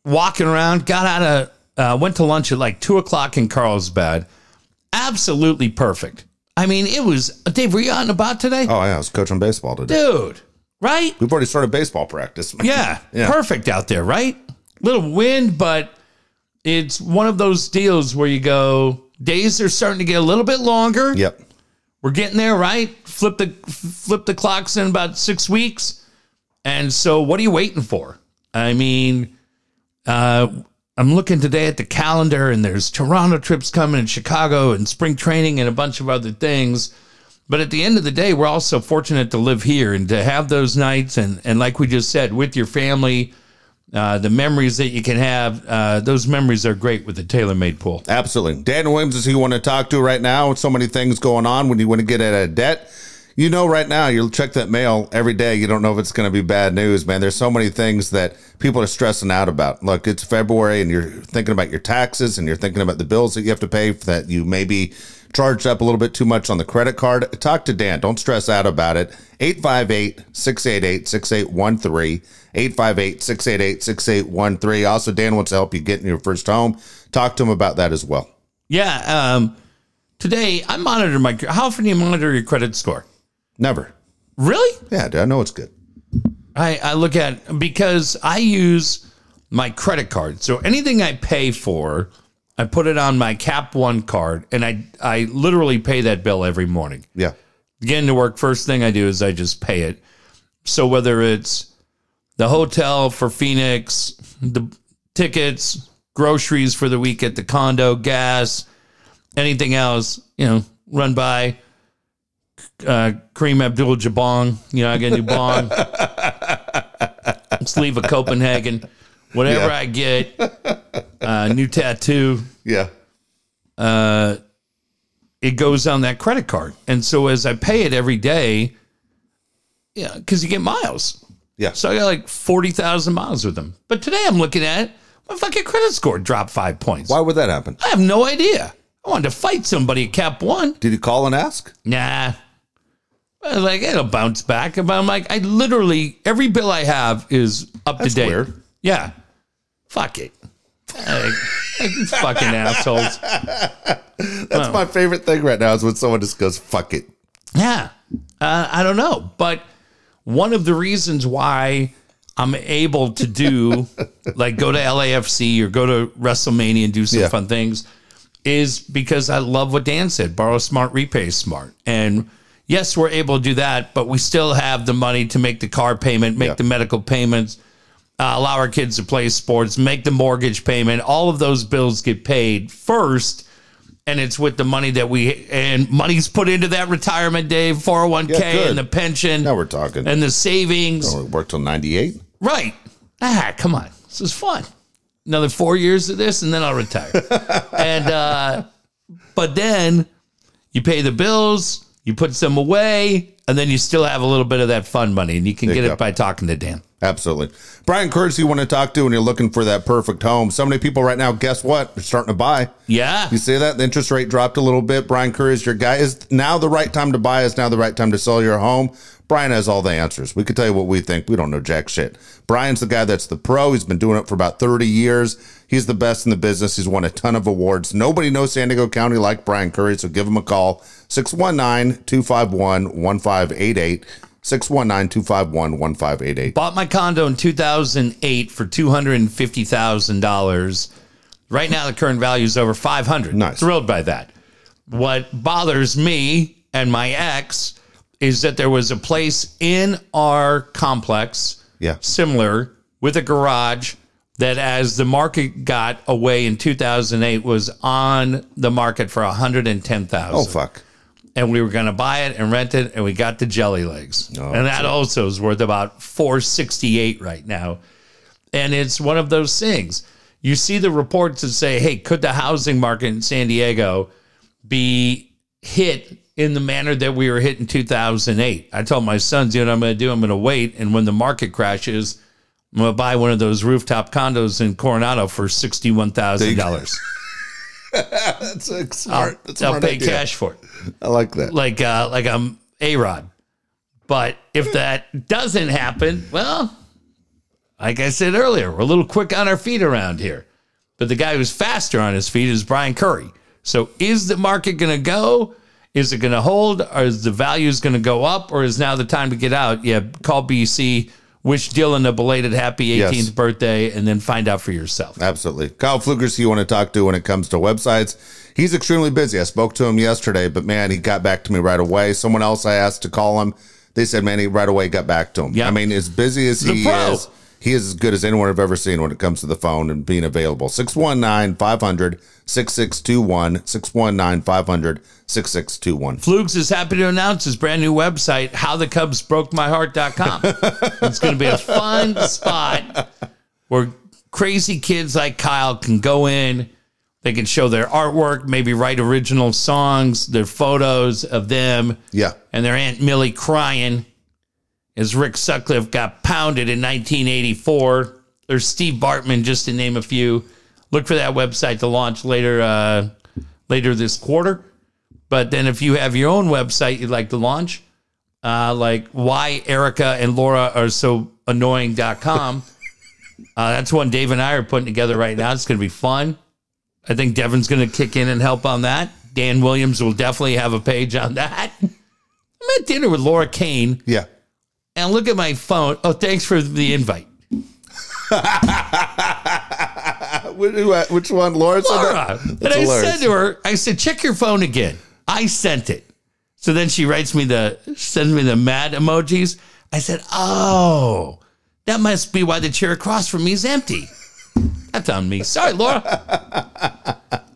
Speaker 2: walking around, got out of, uh, went to lunch at like two o'clock in Carlsbad. Absolutely perfect. I mean, it was Dave. Were you on about today,
Speaker 1: Oh yeah, I was coaching baseball today.
Speaker 2: dude? Right?
Speaker 1: We've already started baseball practice.
Speaker 2: Yeah,
Speaker 1: Yeah.
Speaker 2: perfect out there, right? Little wind, but it's one of those deals where you go. Days are starting to get a little bit longer.
Speaker 1: Yep.
Speaker 2: we're getting there, right? Flip the flip the clocks in about six weeks, and so what are you waiting for? I mean, uh, I'm looking today at the calendar, and there's Toronto trips coming, and Chicago, and spring training, and a bunch of other things. But at the end of the day, we're also fortunate to live here and to have those nights, and and like we just said, with your family. Uh, the memories that you can have, uh, those memories are great with the tailor-made pool.
Speaker 1: Absolutely. Dan Williams is who you want to talk to right now. So many things going on when you want to get out of debt. You know, right now, you'll check that mail every day. You don't know if it's going to be bad news, man. There's so many things that people are stressing out about. Look, it's February and you're thinking about your taxes and you're thinking about the bills that you have to pay that you maybe charged up a little bit too much on the credit card. Talk to Dan. Don't stress out about it. 858 688 6813. 858 688 6813. Also, Dan wants to help you get in your first home. Talk to him about that as well.
Speaker 2: Yeah. Um, today, I monitor my. How often do you monitor your credit score?
Speaker 1: Never.
Speaker 2: Really?
Speaker 1: Yeah, dude, I know it's good.
Speaker 2: I, I look at because I use my credit card. So anything I pay for, I put it on my Cap One card, and I I literally pay that bill every morning.
Speaker 1: Yeah.
Speaker 2: Getting to work, first thing I do is I just pay it. So whether it's the hotel for Phoenix, the tickets, groceries for the week at the condo, gas, anything else, you know, run by uh, Kareem Abdul Jabong. You know, I get a new bong. Sleeve of Copenhagen. Whatever
Speaker 1: Yeah.
Speaker 2: I get, uh, new tattoo,
Speaker 1: Yeah.
Speaker 2: it goes on that credit card. And so as I pay it every day, yeah, because you get miles.
Speaker 1: Yeah.
Speaker 2: So I got like 40,000 miles with them. But today I'm looking at my fucking credit score dropped five points.
Speaker 1: Why would that happen?
Speaker 2: I have no idea. I wanted to fight somebody at Cap One.
Speaker 1: Did you call and ask?
Speaker 2: Nah. I was like, it'll bounce back. But I'm like, I literally, every bill I have is up
Speaker 1: That's
Speaker 2: to date.
Speaker 1: weird.
Speaker 2: Yeah. Fuck it. Like, like, these fucking assholes.
Speaker 1: That's my favorite thing right now is when someone just goes, fuck it.
Speaker 2: Yeah. Uh, I don't know. But one of the reasons why I'm able to do, like, go to LAFC or go to WrestleMania and do some
Speaker 1: Yeah.
Speaker 2: fun things is because I love what Dan said borrow smart, repay smart. And yes, we're able to do that, but we still have the money to make the car payment, make
Speaker 1: Yeah.
Speaker 2: the medical payments. Uh, allow our kids to play sports, make the mortgage payment. All of those bills get paid first and it's with the money that we and money's put into that retirement day 401k
Speaker 1: Yeah, good.
Speaker 2: and the pension
Speaker 1: Now we're talking.
Speaker 2: and the savings
Speaker 1: Oh, it worked till 98?
Speaker 2: right ah come on this is fun another four years of this and then i'll retire and uh but then you pay the bills you put some away and then you still have a little bit of that fun money and you can
Speaker 1: There you
Speaker 2: get
Speaker 1: go.
Speaker 2: it by talking to dan
Speaker 1: Absolutely. Brian Curtis, you want to talk to when you're looking for that perfect home. So many people right now, guess what? They're starting to buy.
Speaker 2: yeah
Speaker 1: You see that? The interest rate dropped a little bit. Brian Kerr is your guy. Is now the right time to buy? Is now the right time to sell your home? Brian has all the answers. We could tell you what we think. We don't know jack shit. Brian's the guy that's the pro. He's been doing it for about 30 years. He's the best in the business. He's won a ton of awards. Nobody knows San Diego County like Brian Curry, so give him a call 619 251 1588. 619 251 1588.
Speaker 2: Bought my condo in 2008 for $250,000. Right now, the current value is over 500.
Speaker 1: Nice.
Speaker 2: Thrilled by that. What bothers me and my ex is that there was a place in our complex
Speaker 1: Yeah.
Speaker 2: similar with a garage that as the market got away in 2008 was on the market for 110,000
Speaker 1: Oh, fuck.
Speaker 2: and we were going to buy it and rent it and we got the jelly legs
Speaker 1: Oh,
Speaker 2: and that also is worth about 468 right now and it's one of those things you see the reports that say hey could the housing market in san diego be hit in the manner that we were hit in 2008 i told my sons you know what i'm going to do i'm going to wait and when the market crashes i'm going to buy one of those rooftop condos in coronado for $61000
Speaker 1: That's a smart. That's a
Speaker 2: i'll
Speaker 1: smart
Speaker 2: pay
Speaker 1: idea.
Speaker 2: cash for it
Speaker 1: I like that.
Speaker 2: like uh like I'm A Rod. But if that doesn't happen, well, like I said earlier, we're a little quick on our feet around here. But the guy who's faster on his feet is Brian Curry. So is the market going to go? Is it going to hold? Or is the values going to go up? Or is now the time to get out? Yeah, call BC, wish Dylan a belated happy 18th
Speaker 1: Yes.
Speaker 2: birthday, and then find out for yourself.
Speaker 1: Absolutely. Kyle Fluker's who you want to talk to when it comes to websites. He's extremely busy. I spoke to him yesterday, but man, he got back to me right away. Someone else I asked to call him, they said, man, he right away got back to him.
Speaker 2: Yeah.
Speaker 1: I mean, as busy as
Speaker 2: He's a
Speaker 1: he
Speaker 2: pro.
Speaker 1: is, he is as good as anyone I've ever seen when it comes to the phone and being available. 619 500 6621. 619 500 6621.
Speaker 2: Flugs is happy to announce his brand new website, howthecubsbrokemyheart.com. it's going to be a fun spot where crazy kids like Kyle can go in. They can show their artwork, maybe write original songs, their photos of them,
Speaker 1: Yeah.
Speaker 2: and their Aunt Millie crying as Rick Sutcliffe got pounded in 1984, or Steve Bartman, just to name a few. Look for that website to launch later uh, later this quarter. But then if you have your own website you'd like to launch, uh, like why Erica and Laura are so annoying.com. uh, that's one Dave and I are putting together right now. It's going to be fun. I think Devin's going to kick in and help on that. Dan Williams will definitely have a page on that. I'm at dinner with Laura Kane
Speaker 1: Yeah.
Speaker 2: and look at my phone. Oh, thanks for the invite.
Speaker 1: Uh, wh- wh- Which one? Laura said that?
Speaker 2: Laura. And
Speaker 1: That's
Speaker 2: I
Speaker 1: hilarious.
Speaker 2: said to her, I said, check your phone again. I sent it. So then she writes me the sends me the mad emojis. I said, Oh, that must be why the chair across from me is empty. That's on me. Sorry, Laura.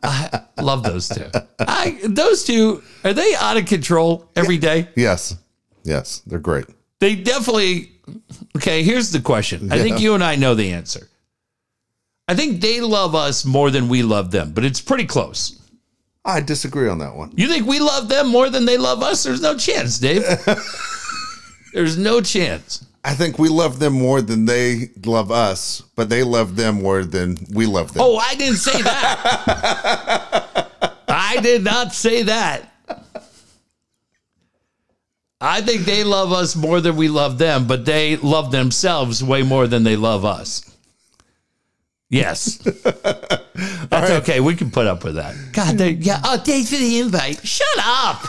Speaker 2: I love those two. I those two, are they out of control every day?
Speaker 1: Yes. Yes. They're great.
Speaker 2: They definitely. Okay, here's the question. I think you and I know the answer. I think they love us more than we love them, but it's pretty close.
Speaker 1: I disagree on that one.
Speaker 2: You think we love them more than they love us? There's no chance, Dave. There's no chance.
Speaker 1: I think we love them more than they love us, but they love them more than we love them.
Speaker 2: Oh, I didn't say that. I did not say that. I think they love us more than we love them, but they love themselves way more than they love us. Yes. That's okay. We can put up with that. God, they yeah. Oh, thanks for the invite. Shut up.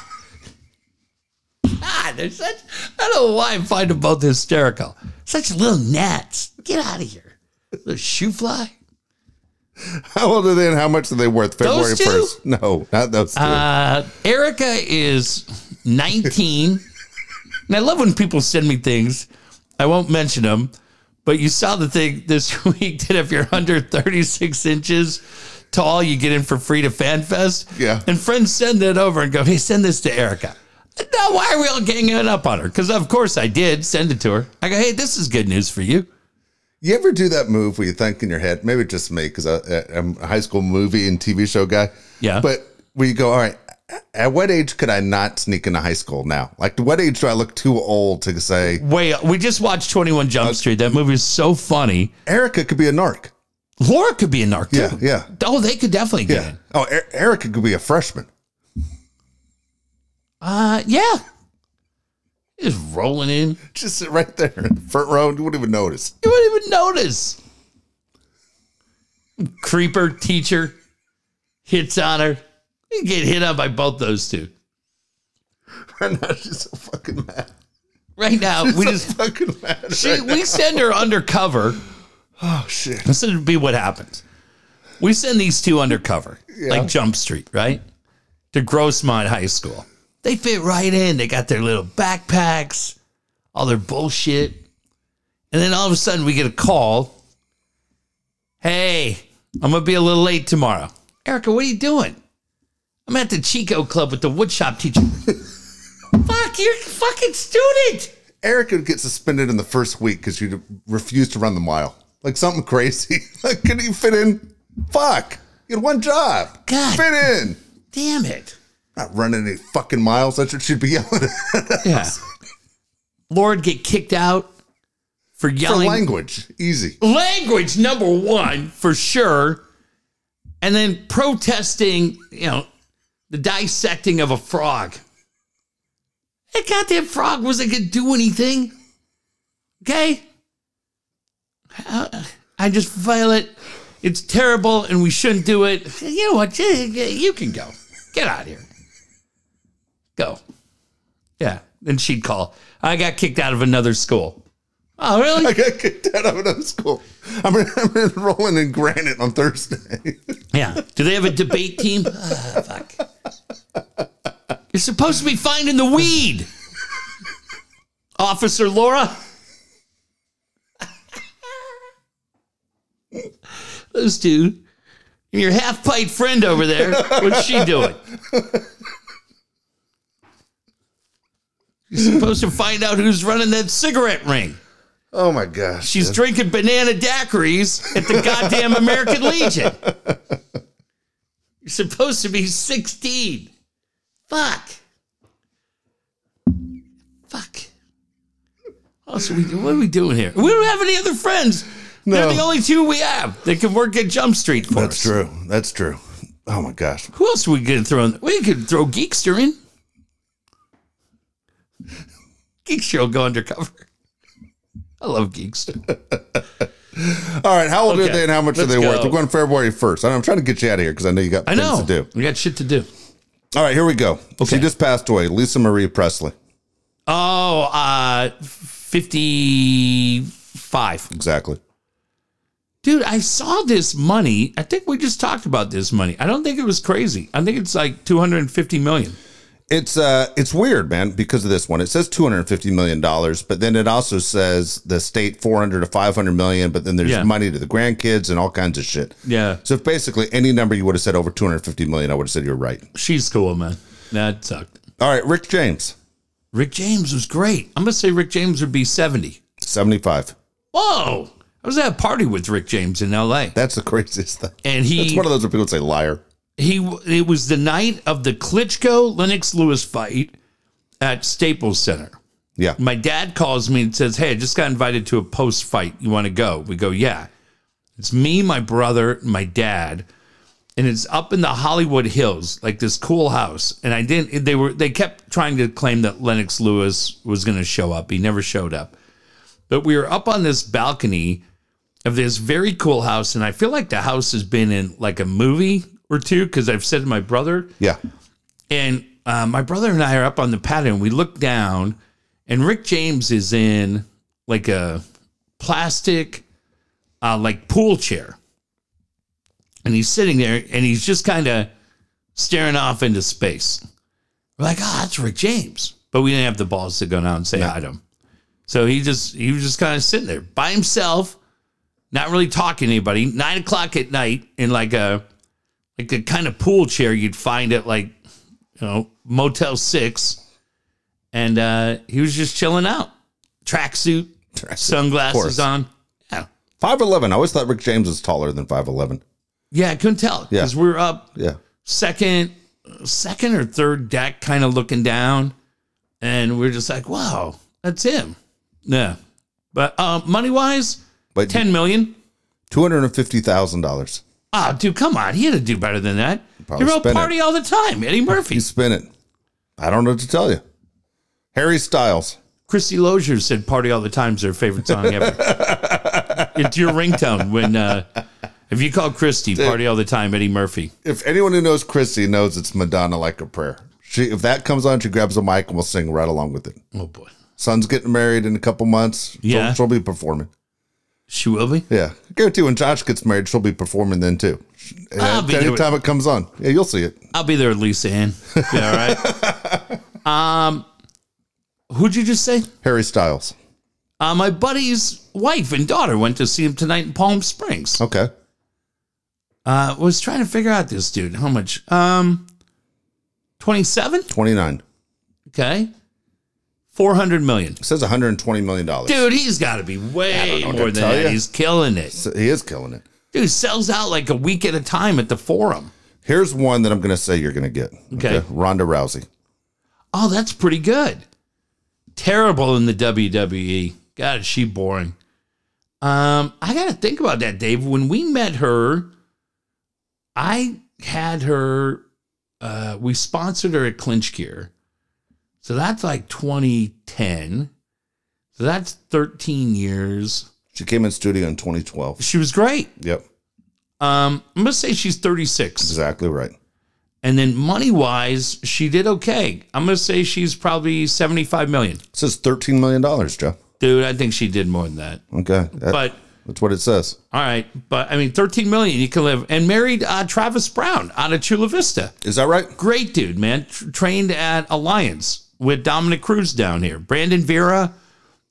Speaker 2: God, they're such, I don't know why I find them both hysterical. Such little gnats. Get out of here. Little shoe fly.
Speaker 1: How old are they and how much are they worth? February
Speaker 2: Those two?
Speaker 1: 1st? No, not those two.
Speaker 2: Uh, Erica is 19. and I love when people send me things. I won't mention them, but you saw the thing this week that if you're under 36 inches tall, you get in for free to Fan Fest.
Speaker 1: Yeah.
Speaker 2: And friends send that over and go, hey, send this to Erica. No, why are we all ganging up on her? Because of course I did send it to her. I go, hey, this is good news for you.
Speaker 1: you ever do that move where you think in your head, maybe it's just me, because I'm a high school movie and TV show guy.
Speaker 2: Yeah.
Speaker 1: But where you go, all right, at what age could I not sneak into high school now? Like, what age do I look too old to say,
Speaker 2: Wait, we just watched 21
Speaker 1: Uh,
Speaker 2: Jump Street. That movie is so funny.
Speaker 1: Erica could be a narc?
Speaker 2: Laura could be a narc. too.
Speaker 1: Yeah, yeah.
Speaker 2: Oh, they could definitely get
Speaker 1: Yeah.
Speaker 2: in.
Speaker 1: Oh, er- Erica could be a freshman.
Speaker 2: Uh, yeah. Just rolling in.
Speaker 1: Just sit right there in the front row. You wouldn't even notice.
Speaker 2: You wouldn't even notice. Creeper teacher hits on her. You get hit on by both those two.
Speaker 1: Right now, she's so fucking mad.
Speaker 2: Right now, we
Speaker 1: We
Speaker 2: just
Speaker 1: just fucking mad.
Speaker 2: she,
Speaker 1: right
Speaker 2: we send her undercover.
Speaker 1: now. oh shit.
Speaker 2: This would be what happens. We send these two undercover, like Jump Street, right? To Grossmont High School. They fit right in. They got their little backpacks, all their bullshit. And then all of a sudden we get a call. Hey, I'm gonna be a little late tomorrow. Erica, what are you doing? I'm at the Chico Club with the woodshop teacher. Fuck, you're a fucking student.
Speaker 1: Erica would get suspended in the first week because she refused to run the mile. Like something crazy. like, couldn't you fit in? Fuck. You had one job.
Speaker 2: God.
Speaker 1: Fit in.
Speaker 2: Damn it.
Speaker 1: Not running any fucking miles. That's what she'd be yelling at.
Speaker 2: Yeah. Lord get kicked out for
Speaker 1: For
Speaker 2: yelling.
Speaker 1: language. Easy.
Speaker 2: language number one for sure. And then protesting, you know, the dissecting of a frog. That goddamn frog wasn't gonna do anything. Okay? I I just feel it. It's terrible and we shouldn't do it. You know what? You can go. Get out of here. Go. Yeah. Then she'd call. I got kicked out of another school. Oh, really?
Speaker 1: I got kicked out of another school. I'm, I'm enrolling in Granite on Thursday.
Speaker 2: Yeah. Do they have a debate team? Ah, fuck. You're supposed to be finding the weed, Officer Laura. Those two. And your half pipe friend over there. What's she doing? You're supposed to find out who's running that cigarette ring.
Speaker 1: oh my gosh.
Speaker 2: She's drinking banana daiquiris at the goddamn American Legion. You're supposed to be 16. Fuck. Fuck. Also, we, what are we doing here? We don't have any other friends. They're
Speaker 1: No.
Speaker 2: the only two we have that can work at Jump Street for
Speaker 1: That's
Speaker 2: us.
Speaker 1: true. That's true. Oh my gosh.
Speaker 2: Who else we could throw in? We could throw Geekster in. Geekster will go undercover. I love Geekster.
Speaker 1: All right. How old
Speaker 2: Okay,
Speaker 1: are they and how much are
Speaker 2: let's
Speaker 1: they worth?
Speaker 2: go.
Speaker 1: We're going February 1st. I'm trying to get you out of here because I know you got
Speaker 2: I
Speaker 1: things
Speaker 2: know.
Speaker 1: to do.
Speaker 2: We got shit to do.
Speaker 1: All right. Here we go.
Speaker 2: Okay.
Speaker 1: She just passed away. Lisa Marie Presley.
Speaker 2: Oh, uh, 55.
Speaker 1: Exactly.
Speaker 2: Dude, I saw this money. I think we just talked about this money. I don't think it was crazy. I think it's like 250 million.
Speaker 1: It's uh it's weird, man, because of this one. It says two hundred and fifty million dollars, but then it also says the state four hundred to five hundred million, but then there's
Speaker 2: Yeah.
Speaker 1: money to the grandkids and all kinds of shit.
Speaker 2: Yeah.
Speaker 1: So if basically any number you would have said over two hundred fifty million, I would have said you're right.
Speaker 2: She's cool, man. That sucked.
Speaker 1: All right, Rick James,
Speaker 2: Rick James was great. I'm going to say Rick James would be 70.
Speaker 1: seventy five.
Speaker 2: Whoa. I was at a party with Rick James in LA.
Speaker 1: That's the craziest thing.
Speaker 2: And he
Speaker 1: It's one of those where people say liar.
Speaker 2: he it was the night of the Klitschko Lennox Lewis fight at Staples Center.
Speaker 1: Yeah.
Speaker 2: My dad calls me and says, "Hey, I just got invited to a post fight. You want to go?" We go, "Yeah." It's me, my brother, and my dad, and it's up in the Hollywood Hills, like this cool house. And I didn't. They were they kept trying to claim that Lennox Lewis was going to show up. He never showed up. But we were up on this balcony of this very cool house, and I feel like the house has been in like a movie or two because I've said to my brother,
Speaker 1: Yeah.
Speaker 2: and uh, my brother and I are up on the patio, and we look down, and Rick James is in like a plastic, uh, like pool chair, and he's sitting there, and he's just kind of staring off into space. We're like, oh, that's Rick James, but we didn't have the balls to go down and say hi to him. So he just he was just kind of sitting there by himself, not really talking to anybody. Nine o'clock at night in like a like the kind of pool chair you'd find at like you know, Motel Six, and uh, he was just chilling out, tracksuit,
Speaker 1: course.
Speaker 2: sunglasses on. Yeah.
Speaker 1: Five eleven. I always thought Rick James was taller than five eleven.
Speaker 2: yeah, I couldn't tell because we were up
Speaker 1: Yeah.
Speaker 2: second, second or third deck, kind of looking down, and we are just like, "Wow, that's him." Yeah, but uh, money wise,
Speaker 1: But
Speaker 2: ten million.
Speaker 1: two hundred and fifty thousand dollars.
Speaker 2: Oh, dude, come on, he had to do better than that. He
Speaker 1: Probably
Speaker 2: wrote
Speaker 1: spent it.
Speaker 2: party all the time, Eddie Murphy.
Speaker 1: You spin it. I don't know what to tell you. Harry Styles.
Speaker 2: Christy Lozier said "Party All the Time's their favorite song ever. it's your ringtone when uh, if you call Christy "Party All the Time" Eddie Murphy.
Speaker 1: If anyone who knows Chrissy knows it's Madonna like a prayer. She if that comes on, she grabs a mic and we'll sing right along with it.
Speaker 2: Oh boy,
Speaker 1: Son's getting married in a couple months. She'll-
Speaker 2: Yeah.
Speaker 1: she'll be performing.
Speaker 2: she will be.
Speaker 1: Yeah, I guarantee when Josh gets married, she'll be performing then too.
Speaker 2: I'll be doing-
Speaker 1: Anytime it comes on, yeah, you'll see it.
Speaker 2: I'll be there at Lisa Ann. Be all right. um, who'd you just say?
Speaker 1: Harry Styles.
Speaker 2: Uh, my buddy's wife and daughter went to see him tonight in Palm Springs.
Speaker 1: Okay,
Speaker 2: Uh, was trying to figure out this dude. How much? Um, twenty-seven.
Speaker 1: twenty nine.
Speaker 2: Okay, four hundred million.
Speaker 1: It says one hundred and twenty million dollars.
Speaker 2: Dude, he's got to be way
Speaker 1: know what
Speaker 2: more
Speaker 1: to
Speaker 2: than
Speaker 1: tell
Speaker 2: that.
Speaker 1: you.
Speaker 2: He's killing it.
Speaker 1: He is killing it.
Speaker 2: Dude sells out like a week at a time at the Forum.
Speaker 1: Here's one that I'm going to say you're going to get.
Speaker 2: Okay.
Speaker 1: Ronda Rousey.
Speaker 2: Oh, that's pretty good. Terrible in the WWE. God, is she boring. Um, I gotta think about that, Dave. When we met her, I had her uh we sponsored her at Clinch Gear. So that's like 2010. So that's 13 years.
Speaker 1: She came in studio in 2012.
Speaker 2: She was great.
Speaker 1: Yep,
Speaker 2: Um, I'm gonna say she's 36.
Speaker 1: exactly right.
Speaker 2: And then money wise, she did okay. I'm gonna say she's probably 75 million.
Speaker 1: It says thirteen million dollars, Joe.
Speaker 2: Dude, I think she did more than that.
Speaker 1: Okay, that-
Speaker 2: But
Speaker 1: that's what it says.
Speaker 2: all right, but I mean 13 million you can live and married uh, Travis Brown out of Chula Vista.
Speaker 1: Is that right?
Speaker 2: Great dude, man. Tr- trained at Alliance with Dominic Cruz down here. Brandon Vera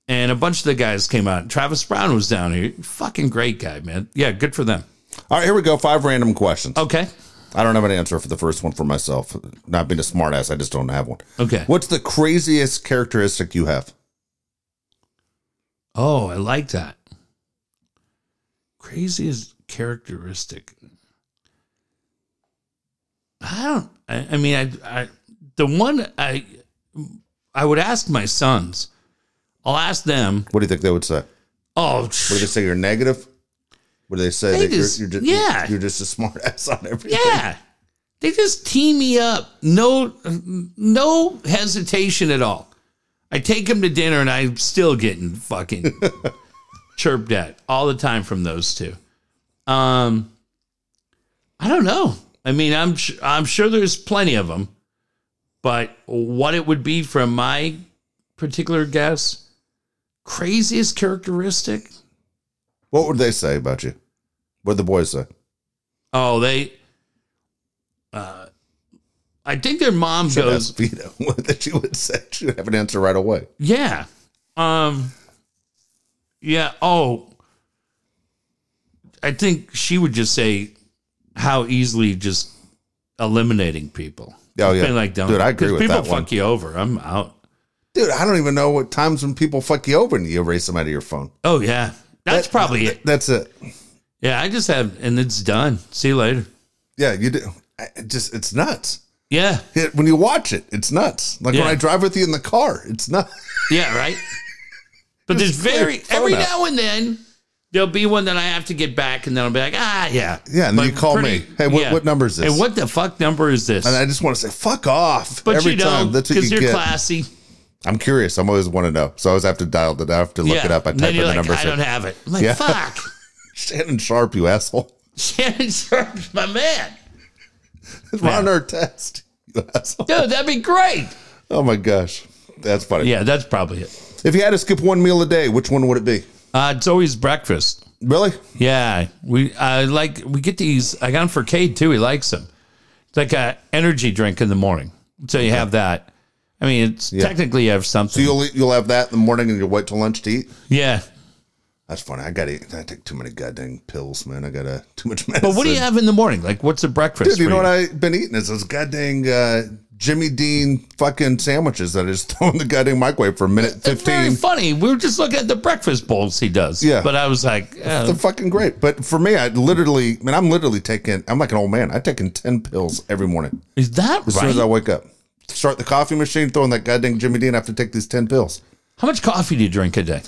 Speaker 2: and a bunch of the guys came out. Travis Brown was down here. Fucking great guy, man. Yeah, good for them.
Speaker 1: All right, here we go. Five random questions.
Speaker 2: Okay.
Speaker 1: I don't have an answer for the first one for myself. Not being a smartass, I just don't have one.
Speaker 2: Okay.
Speaker 1: What's the craziest characteristic you have?
Speaker 2: Oh, I like that. Craziest characteristic. I don't. I, I mean, I, I. The one I, I would ask my sons. I'll ask them.
Speaker 1: What do you think they would say?
Speaker 2: Oh,
Speaker 1: What do they say? You're negative? What do they say?
Speaker 2: They
Speaker 1: that you're-
Speaker 2: just-
Speaker 1: you're, just,
Speaker 2: yeah.
Speaker 1: You're just a smart ass on everything.
Speaker 2: yeah. They just tee me up. No, no hesitation at all. I take them to dinner, and I'm still getting fucking chirped at all the time from those two. Um, I don't know. I mean, I'm su- I'm sure there's plenty of them, but what it would be from my particular guess, craziest characteristic.
Speaker 1: What would they say about you? What would the boys say?
Speaker 2: Oh, they. Uh, I think their mom goes.
Speaker 1: Ask Vito what she would say. She would have an answer right away.
Speaker 2: Yeah. Um Yeah, oh. I think she would just say how easily just eliminating people.
Speaker 1: Oh yeah,
Speaker 2: Been like dumb.
Speaker 1: dude, I agree
Speaker 2: 'Cause
Speaker 1: with
Speaker 2: people
Speaker 1: that
Speaker 2: fuck
Speaker 1: one.
Speaker 2: you over. I'm out.
Speaker 1: Dude, I don't even know what times when people fuck you over and you erase them out of your phone.
Speaker 2: Oh yeah. That's
Speaker 1: That-
Speaker 2: probably
Speaker 1: th-
Speaker 2: it.
Speaker 1: That's it.
Speaker 2: Yeah, I just have and it's done. See you later.
Speaker 1: Yeah, you do. I, it just it's nuts.
Speaker 2: Yeah.
Speaker 1: It, when you watch it, it's nuts. Like
Speaker 2: Yeah.
Speaker 1: when I drive with you in the car, it's nuts.
Speaker 2: Yeah, right. But there's
Speaker 1: clear
Speaker 2: very
Speaker 1: your phone
Speaker 2: every
Speaker 1: out.
Speaker 2: now and then there'll be one that I have to get back and then I'll be like, ah yeah.
Speaker 1: Yeah, and then you call me. Hey, what,
Speaker 2: yeah.
Speaker 1: what number is this?
Speaker 2: And what the fuck number is this?
Speaker 1: And I just want to say, fuck off.
Speaker 2: But
Speaker 1: every
Speaker 2: you
Speaker 1: time.
Speaker 2: don't
Speaker 1: That's what
Speaker 2: because
Speaker 1: you
Speaker 2: you are
Speaker 1: get.
Speaker 2: classy.
Speaker 1: I'm curious. I am always want to know. So I always have to dial the I have to look it up. I
Speaker 2: And
Speaker 1: type
Speaker 2: then
Speaker 1: in
Speaker 2: you're
Speaker 1: the
Speaker 2: like,
Speaker 1: number.
Speaker 2: I
Speaker 1: so-
Speaker 2: don't have it. I'm like,
Speaker 1: Yeah.
Speaker 2: fuck.
Speaker 1: Shannon Sharp, you asshole.
Speaker 2: Shannon Sharp's my man.
Speaker 1: It's Ron Artest. You asshole.
Speaker 2: Dude, that'd be great.
Speaker 1: Oh my gosh. That's funny.
Speaker 2: Yeah, that's probably it.
Speaker 1: If you had to skip one meal a day, which one would it be?
Speaker 2: Uh, it's always breakfast.
Speaker 1: Really?
Speaker 2: Yeah. We I like we get these I got them for Cade too. He likes them. It's like a energy drink in the morning. So you have that. I mean, it's technically you have something.
Speaker 1: You'll eat, you'll have that in the morning and you'll wait till lunch to eat.
Speaker 2: yeah.
Speaker 1: That's funny. I gotta eat. I take too many goddamn pills, man. I gotta too much medicine.
Speaker 2: But what do you have in the morning? Like, what's a breakfast?
Speaker 1: Dude, you
Speaker 2: for
Speaker 1: know what I've been eating is those goddamn uh, Jimmy Dean fucking sandwiches that I just throw in the goddamn microwave for a minute
Speaker 2: It's very
Speaker 1: fifteen.
Speaker 2: funny. We were just looking at the breakfast bowls he does.
Speaker 1: Yeah.
Speaker 2: But I was like, uh,
Speaker 1: They're fucking great. But for me, I literally, man, I'm literally taking. I'm like an old man. I'm taking ten pills every morning
Speaker 2: is that
Speaker 1: as soon as I
Speaker 2: right?
Speaker 1: wake up. Start the coffee machine, throw in that goddamn Jimmy Dean. I have to take these ten pills.
Speaker 2: How much coffee do you drink a day?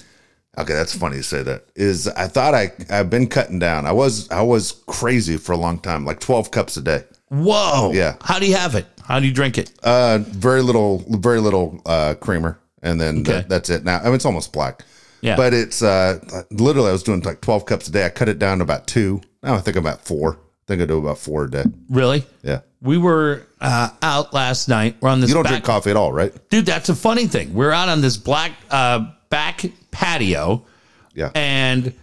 Speaker 1: Okay, that's funny you say that. Is I thought I I've been cutting down. I was I was crazy for a long time, like twelve cups a day.
Speaker 2: Whoa.
Speaker 1: Yeah.
Speaker 2: How do you have it? How do you drink it?
Speaker 1: Uh, very little, very little uh, creamer and then
Speaker 2: Okay.
Speaker 1: that, that's it. Now, I mean, it's almost black,
Speaker 2: Yeah.
Speaker 1: but it's uh, literally I was doing like twelve cups a day. I cut it down to about two. Now I think I'm about four. I think I do about four a day.
Speaker 2: really?
Speaker 1: Yeah,
Speaker 2: We were uh, out last night. We're on this
Speaker 1: you don't
Speaker 2: back-
Speaker 1: drink coffee at all, right?
Speaker 2: dude that's a funny thing we're out on this black uh back patio
Speaker 1: Yeah,
Speaker 2: and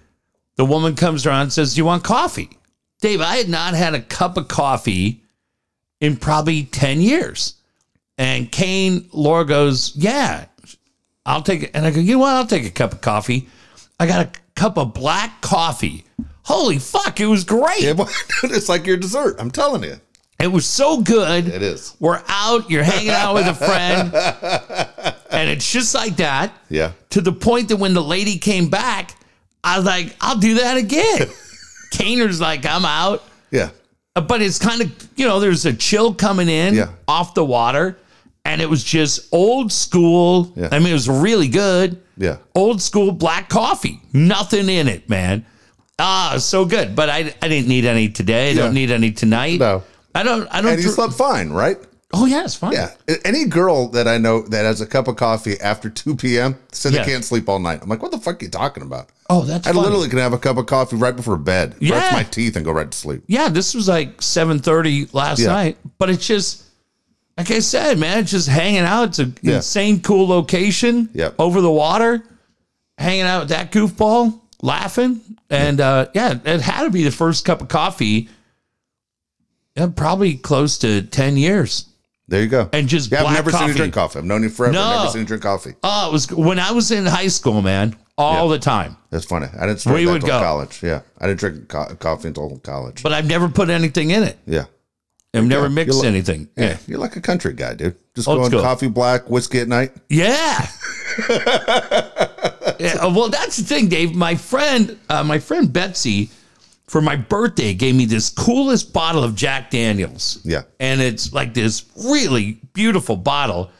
Speaker 2: the woman comes around and says do you want coffee dave i had not had a cup of coffee in probably 10 years and kane laura goes yeah i'll take it and i go you know what i'll take a cup of coffee i got a cup of black coffee holy fuck it was great
Speaker 1: Yeah, but it's like your dessert. I'm telling you,
Speaker 2: it was so good
Speaker 1: it is.
Speaker 2: we're out you're hanging out with a friend and it's just like that
Speaker 1: Yeah,
Speaker 2: to the point that when the lady came back, I was like, I'll do that again. Kaner's like, I'm out.
Speaker 1: yeah,
Speaker 2: Uh, But it's kind of, you know, there's a chill coming in
Speaker 1: Yeah.
Speaker 2: off the water. And it was just old school.
Speaker 1: Yeah.
Speaker 2: I mean, it was really good.
Speaker 1: yeah.
Speaker 2: Old school black coffee. Nothing in it, man. Ah, so good. But I, I didn't need any today. I don't
Speaker 1: Yeah.
Speaker 2: need any tonight.
Speaker 1: No.
Speaker 2: I don't, I don't.
Speaker 1: And you
Speaker 2: dr-
Speaker 1: slept fine, right?
Speaker 2: oh, yeah, it's fine.
Speaker 1: Yeah. A- Any girl that I know that has a cup of coffee after 2 p.m. said
Speaker 2: Yeah.
Speaker 1: they can't sleep all night. I'm like, what the fuck are you talking about?
Speaker 2: Oh, that's
Speaker 1: I
Speaker 2: funny.
Speaker 1: literally can have a cup of coffee right before bed,
Speaker 2: Yeah.
Speaker 1: brush my teeth, and go right to sleep.
Speaker 2: yeah, this was like 7:30 last
Speaker 1: Yeah.
Speaker 2: night, but it's just like I said, man, it's just hanging out. It's an
Speaker 1: Yeah.
Speaker 2: insane cool location
Speaker 1: Yep.
Speaker 2: over the water, hanging out with that goofball, laughing, and uh yeah, it had to be the first cup of coffee yeah, probably close to 10 years.
Speaker 1: There you go.
Speaker 2: And just
Speaker 1: yeah,
Speaker 2: black
Speaker 1: I've never seen
Speaker 2: coffee.
Speaker 1: you drink coffee. I've known you forever.
Speaker 2: No.
Speaker 1: Never seen you drink coffee.
Speaker 2: Oh, it was when I was in high school, man, all the time.
Speaker 1: That's funny. I didn't start
Speaker 2: We
Speaker 1: that
Speaker 2: would
Speaker 1: until
Speaker 2: go.
Speaker 1: college. Yeah, I didn't drink co- coffee until college.
Speaker 2: But I've never put anything in it.
Speaker 1: yeah.
Speaker 2: I've never
Speaker 1: go.
Speaker 2: mixed
Speaker 1: You'll-
Speaker 2: anything.
Speaker 1: yeah,
Speaker 2: Yeah.
Speaker 1: You're like a country guy, dude. Just
Speaker 2: Old
Speaker 1: going
Speaker 2: school.
Speaker 1: coffee black, whiskey at night.
Speaker 2: Yeah. yeah. uh, Well, that's the thing, Dave. My friend, uh, my friend Betsy, for my birthday, gave me this coolest bottle of Jack Daniels.
Speaker 1: Yeah.
Speaker 2: And it's like this really beautiful bottle.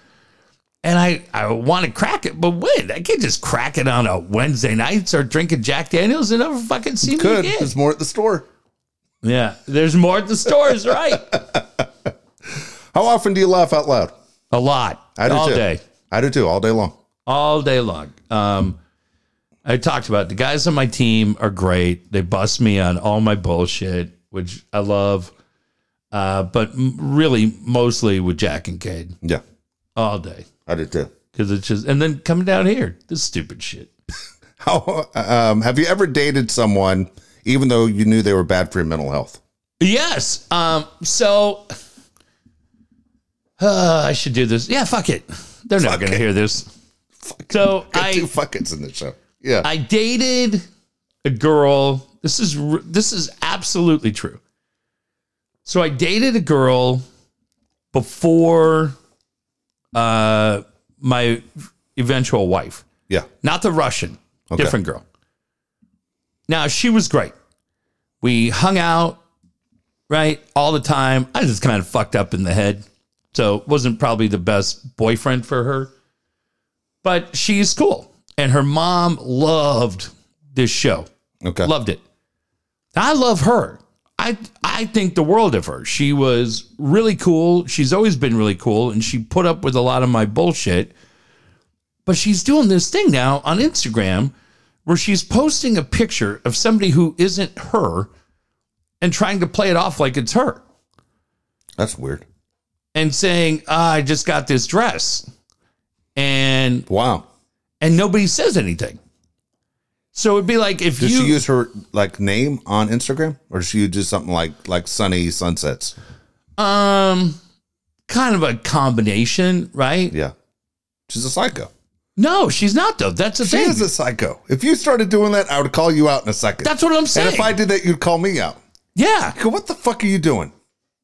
Speaker 2: And I, I want to crack it, but wait, I can't just crack it on a Wednesday night, start drinking Jack Daniels, and never fucking see me
Speaker 1: Good.
Speaker 2: again.
Speaker 1: There's more at the store.
Speaker 2: Yeah, there's more at the stores, right?
Speaker 1: How often do you laugh out loud?
Speaker 2: A lot,
Speaker 1: I do
Speaker 2: all
Speaker 1: too.
Speaker 2: day.
Speaker 1: I do too, all day long.
Speaker 2: all day long. Um, I talked about it. the guys on my team are great. They bust me on all my bullshit, which I love. Uh, but m- really, mostly with Jack and Cade
Speaker 1: Yeah,
Speaker 2: all day
Speaker 1: I do too.
Speaker 2: because it's just and then coming down here, this stupid shit.
Speaker 1: How um, have you ever dated someone even though you knew they were bad for your mental health?
Speaker 2: Yes. Um. So uh, I should do this. Yeah. Fuck it. They're not
Speaker 1: Fuck
Speaker 2: gonna
Speaker 1: it.
Speaker 2: hear this. So
Speaker 1: Got
Speaker 2: I
Speaker 1: two fuckins in the show. Yeah,
Speaker 2: I dated a girl. This is r- this is absolutely true. So I dated a girl before uh my eventual wife.
Speaker 1: yeah,
Speaker 2: Not the Russian,
Speaker 1: Okay.
Speaker 2: different girl. Now she was great. We hung out right all the time. I was just kind of fucked up in the head. So wasn't probably the best boyfriend for her. But she's cool. And her mom loved this show.
Speaker 1: okay,
Speaker 2: Loved it. I love her. I I think the world of her. She was really cool. She's always been really cool and she put up with a lot of my bullshit. But she's doing this thing now on Instagram where she's posting a picture of somebody who isn't her and trying to play it off like it's her
Speaker 1: that's weird.
Speaker 2: and saying, Ah, "I just got this dress." And
Speaker 1: Wow,
Speaker 2: and nobody says anything. So it'd be like if
Speaker 1: did
Speaker 2: you
Speaker 1: she use her like name on Instagram, or did she do something like like Sunny Sunsets?
Speaker 2: Um, kind of a combination, right?
Speaker 1: Yeah, she's a psycho.
Speaker 2: No, she's not though. That's the
Speaker 1: She
Speaker 2: thing.
Speaker 1: is a psycho. If you started doing that, I would call you out in a second.
Speaker 2: That's what I'm saying.
Speaker 1: and if I did that, you'd call me out.
Speaker 2: yeah,
Speaker 1: Go, what the fuck are you doing?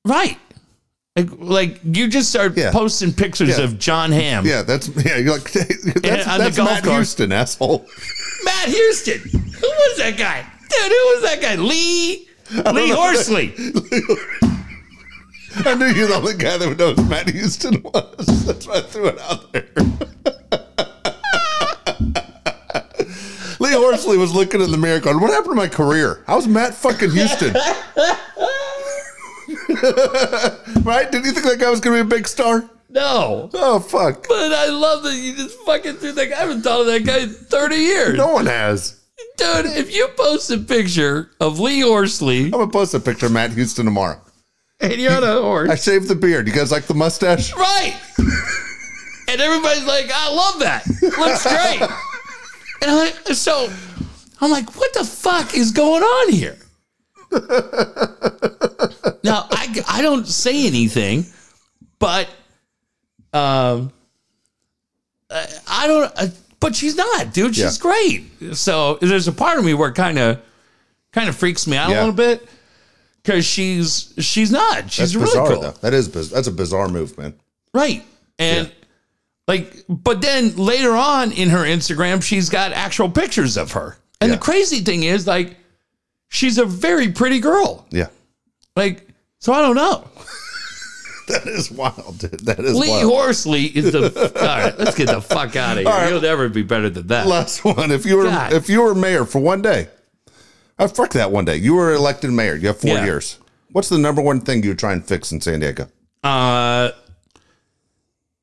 Speaker 2: right. Like, like you just start
Speaker 1: Yeah.
Speaker 2: posting pictures
Speaker 1: Yeah.
Speaker 2: of John Hamm,
Speaker 1: Yeah, that's yeah. You're like that's,
Speaker 2: on the
Speaker 1: that's
Speaker 2: golf
Speaker 1: Matt
Speaker 2: course.
Speaker 1: Houston, asshole.
Speaker 2: Matt Houston. Who was that guy, dude? Who was that guy? Lee Lee Horsley.
Speaker 1: I knew you're the only guy that would know who Matt Houston was. That's why I threw it out there. Lee Horsley was looking in the mirror going, What happened to my career? How's Matt fucking Houston? right? Did you think that guy was going to be a big star?
Speaker 2: No.
Speaker 1: Oh fuck!
Speaker 2: But I love that you just fucking threw that guy. I haven't thought of that guy in 30 years.
Speaker 1: No one has.
Speaker 2: Dude, if you post a picture of Lee Horsley
Speaker 1: I'm gonna post a picture of Matt Houston tomorrow.
Speaker 2: and you're on a horse.
Speaker 1: I shaved the beard. You guys like the mustache?
Speaker 2: Right. and everybody's like, I love that. Looks great. and I, so I'm like, what the fuck is going on here? now, I, I don't say anything, but um, I, I don't, uh, but she's not, dude. She's
Speaker 1: Yeah.
Speaker 2: great. So there's a part of me where kind of, kind of freaks me out
Speaker 1: Yeah.
Speaker 2: a little bit because she's, she's not. She's
Speaker 1: That's
Speaker 2: really
Speaker 1: bizarre
Speaker 2: cool.
Speaker 1: though. That is biz- that's a bizarre move, man.
Speaker 2: Right. And
Speaker 1: Yeah.
Speaker 2: like, but then later on in her Instagram, she's got actual pictures of her. And
Speaker 1: Yeah.
Speaker 2: the crazy thing is, like, she's a very pretty girl.
Speaker 1: Yeah,
Speaker 2: Like, so I don't know.
Speaker 1: that is wild, dude. That is
Speaker 2: Lee
Speaker 1: wild.
Speaker 2: Horsley is the. all right, let's get the fuck out of here. You'll never be better than that.
Speaker 1: Last one. If you were
Speaker 2: God.
Speaker 1: if you were mayor for one day, I fuck that one day. You were elected mayor. You have four
Speaker 2: Yeah.
Speaker 1: years. What's the number one thing you would try and fix in San Diego?
Speaker 2: Uh,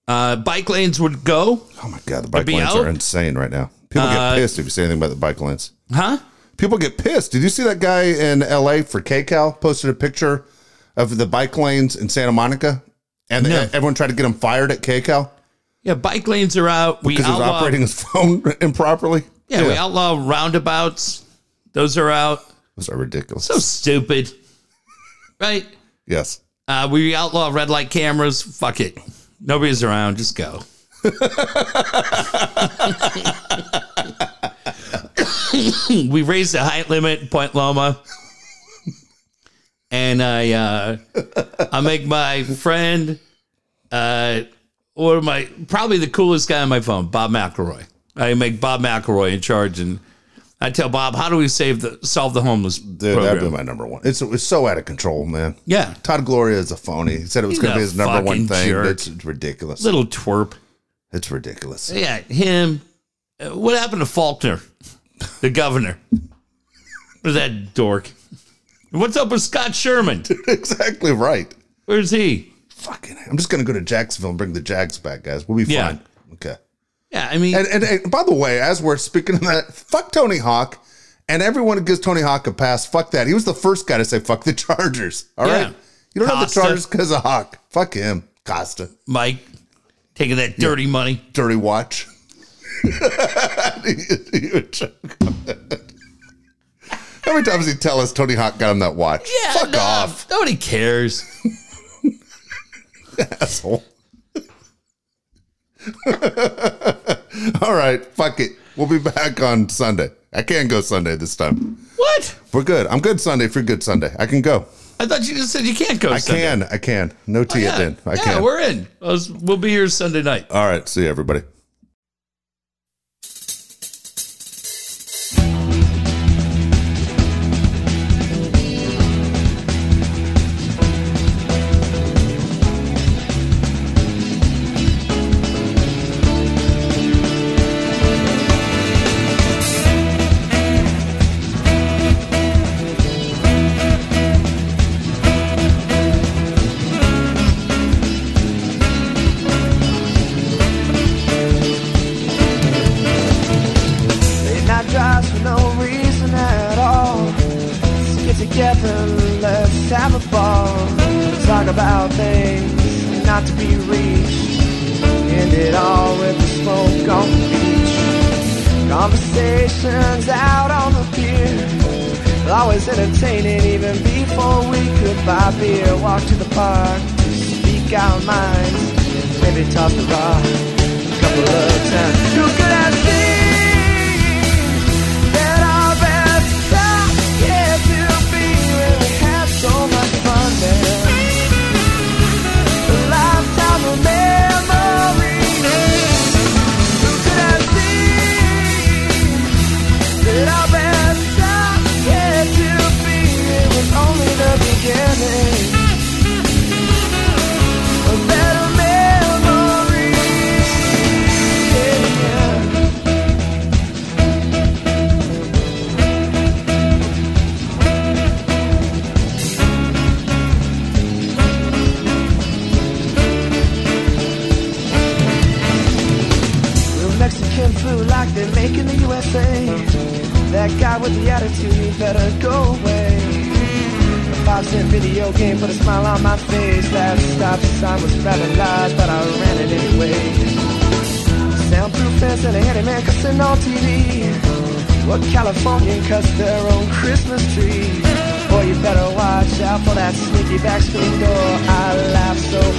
Speaker 2: uh, bike lanes would go,
Speaker 1: Oh my god, the bike
Speaker 2: be
Speaker 1: lanes
Speaker 2: out?
Speaker 1: are insane right now. People
Speaker 2: Uh,
Speaker 1: get pissed if you say anything about the bike lanes.
Speaker 2: huh?
Speaker 1: People get pissed. Did you see that guy in LA for KCAL posted a picture of the bike lanes in Santa Monica? And
Speaker 2: No.
Speaker 1: everyone tried to get him fired at KCAL
Speaker 2: Yeah, bike lanes are out. We
Speaker 1: because he was
Speaker 2: outlaw,
Speaker 1: operating his phone improperly.
Speaker 2: Oh, yeah, we outlaw roundabouts. Those are out.
Speaker 1: Those are ridiculous.
Speaker 2: So stupid, right?
Speaker 1: yes.
Speaker 2: Uh, we outlaw red light cameras. Fuck it. Nobody's around. Just go. we raised the height limit in Point Loma. And I uh, I make my friend uh, one of my probably the coolest guy on my phone, Bob McElroy. I make Bob McElroy in charge and I tell Bob, how do we save the solve the homeless
Speaker 1: Dude,
Speaker 2: program?
Speaker 1: that'd be my number one. It's, it's so out of control, man.
Speaker 2: yeah.
Speaker 1: Todd Gloria is a phony. He said it was going
Speaker 2: a
Speaker 1: to be his number one
Speaker 2: fucking
Speaker 1: thing.
Speaker 2: jerk.
Speaker 1: It's ridiculous.
Speaker 2: Little twerp.
Speaker 1: It's ridiculous.
Speaker 2: Yeah, him. Uh, What happened to Faulkner, the governor? Where's that dork? What's up with Scott Sherman?
Speaker 1: exactly right.
Speaker 2: Where's he?
Speaker 1: Fucking, I'm just going to go to Jacksonville and bring the Jags back, guys. We'll be
Speaker 2: Yeah.
Speaker 1: fine. Okay.
Speaker 2: Yeah, I mean,
Speaker 1: And, and, and by the way, as we're speaking of that, fuck Tony Hawk. And everyone who gives Tony Hawk a pass, fuck that. He was the first guy to say fuck the Chargers. All right.
Speaker 2: Yeah.
Speaker 1: You don't have the
Speaker 2: Costa.
Speaker 1: Chargers because of Hawk. Fuck him. Costa.
Speaker 2: Mike taking that dirty money.
Speaker 1: Dirty watch. You would joke about that. How many times did he tell us Tony Hawk got him that watch?
Speaker 2: Yeah,
Speaker 1: fuck
Speaker 2: no,
Speaker 1: off,
Speaker 2: Nobody cares.
Speaker 1: asshole. All right, fuck it. We'll be back on Sunday. I can't go Sunday this time.
Speaker 2: What?
Speaker 1: We're good. I'm good Sunday. If you're good Sunday, I can go.
Speaker 2: I thought you just said you can't go.
Speaker 1: I can. I can. No tea
Speaker 2: Oh, Yeah,
Speaker 1: at then. I
Speaker 2: yeah,
Speaker 1: can.
Speaker 2: we're in. Well, it's- We'll be here Sunday night.
Speaker 1: All right. See you, everybody.
Speaker 3: Late night drives for no reason at all. Let's get together, let's have a ball. Talk about things not to be reached. End it all with a smoke on the beach. Conversations out on the pier. Always entertaining even before we could buy beer. Walk to the park, speak our minds, maybe toss the rock a couple of times. You could have seen that our best stuff yet to be. Really had so much fun there. A lifetime of memories. You could have seen that our best stuff yet to be. It was only the beginning. A better memory. like they make in the USA. That guy with the attitude, he better go away. A five cent video game put a smile on my face. That stop sign was paralyzed, but I ran it anyway. Soundproof fence and a handyman cussing on TV. Well, California cuts their own Christmas tree. Boy, you better watch out for that sneaky back screen door. I laugh so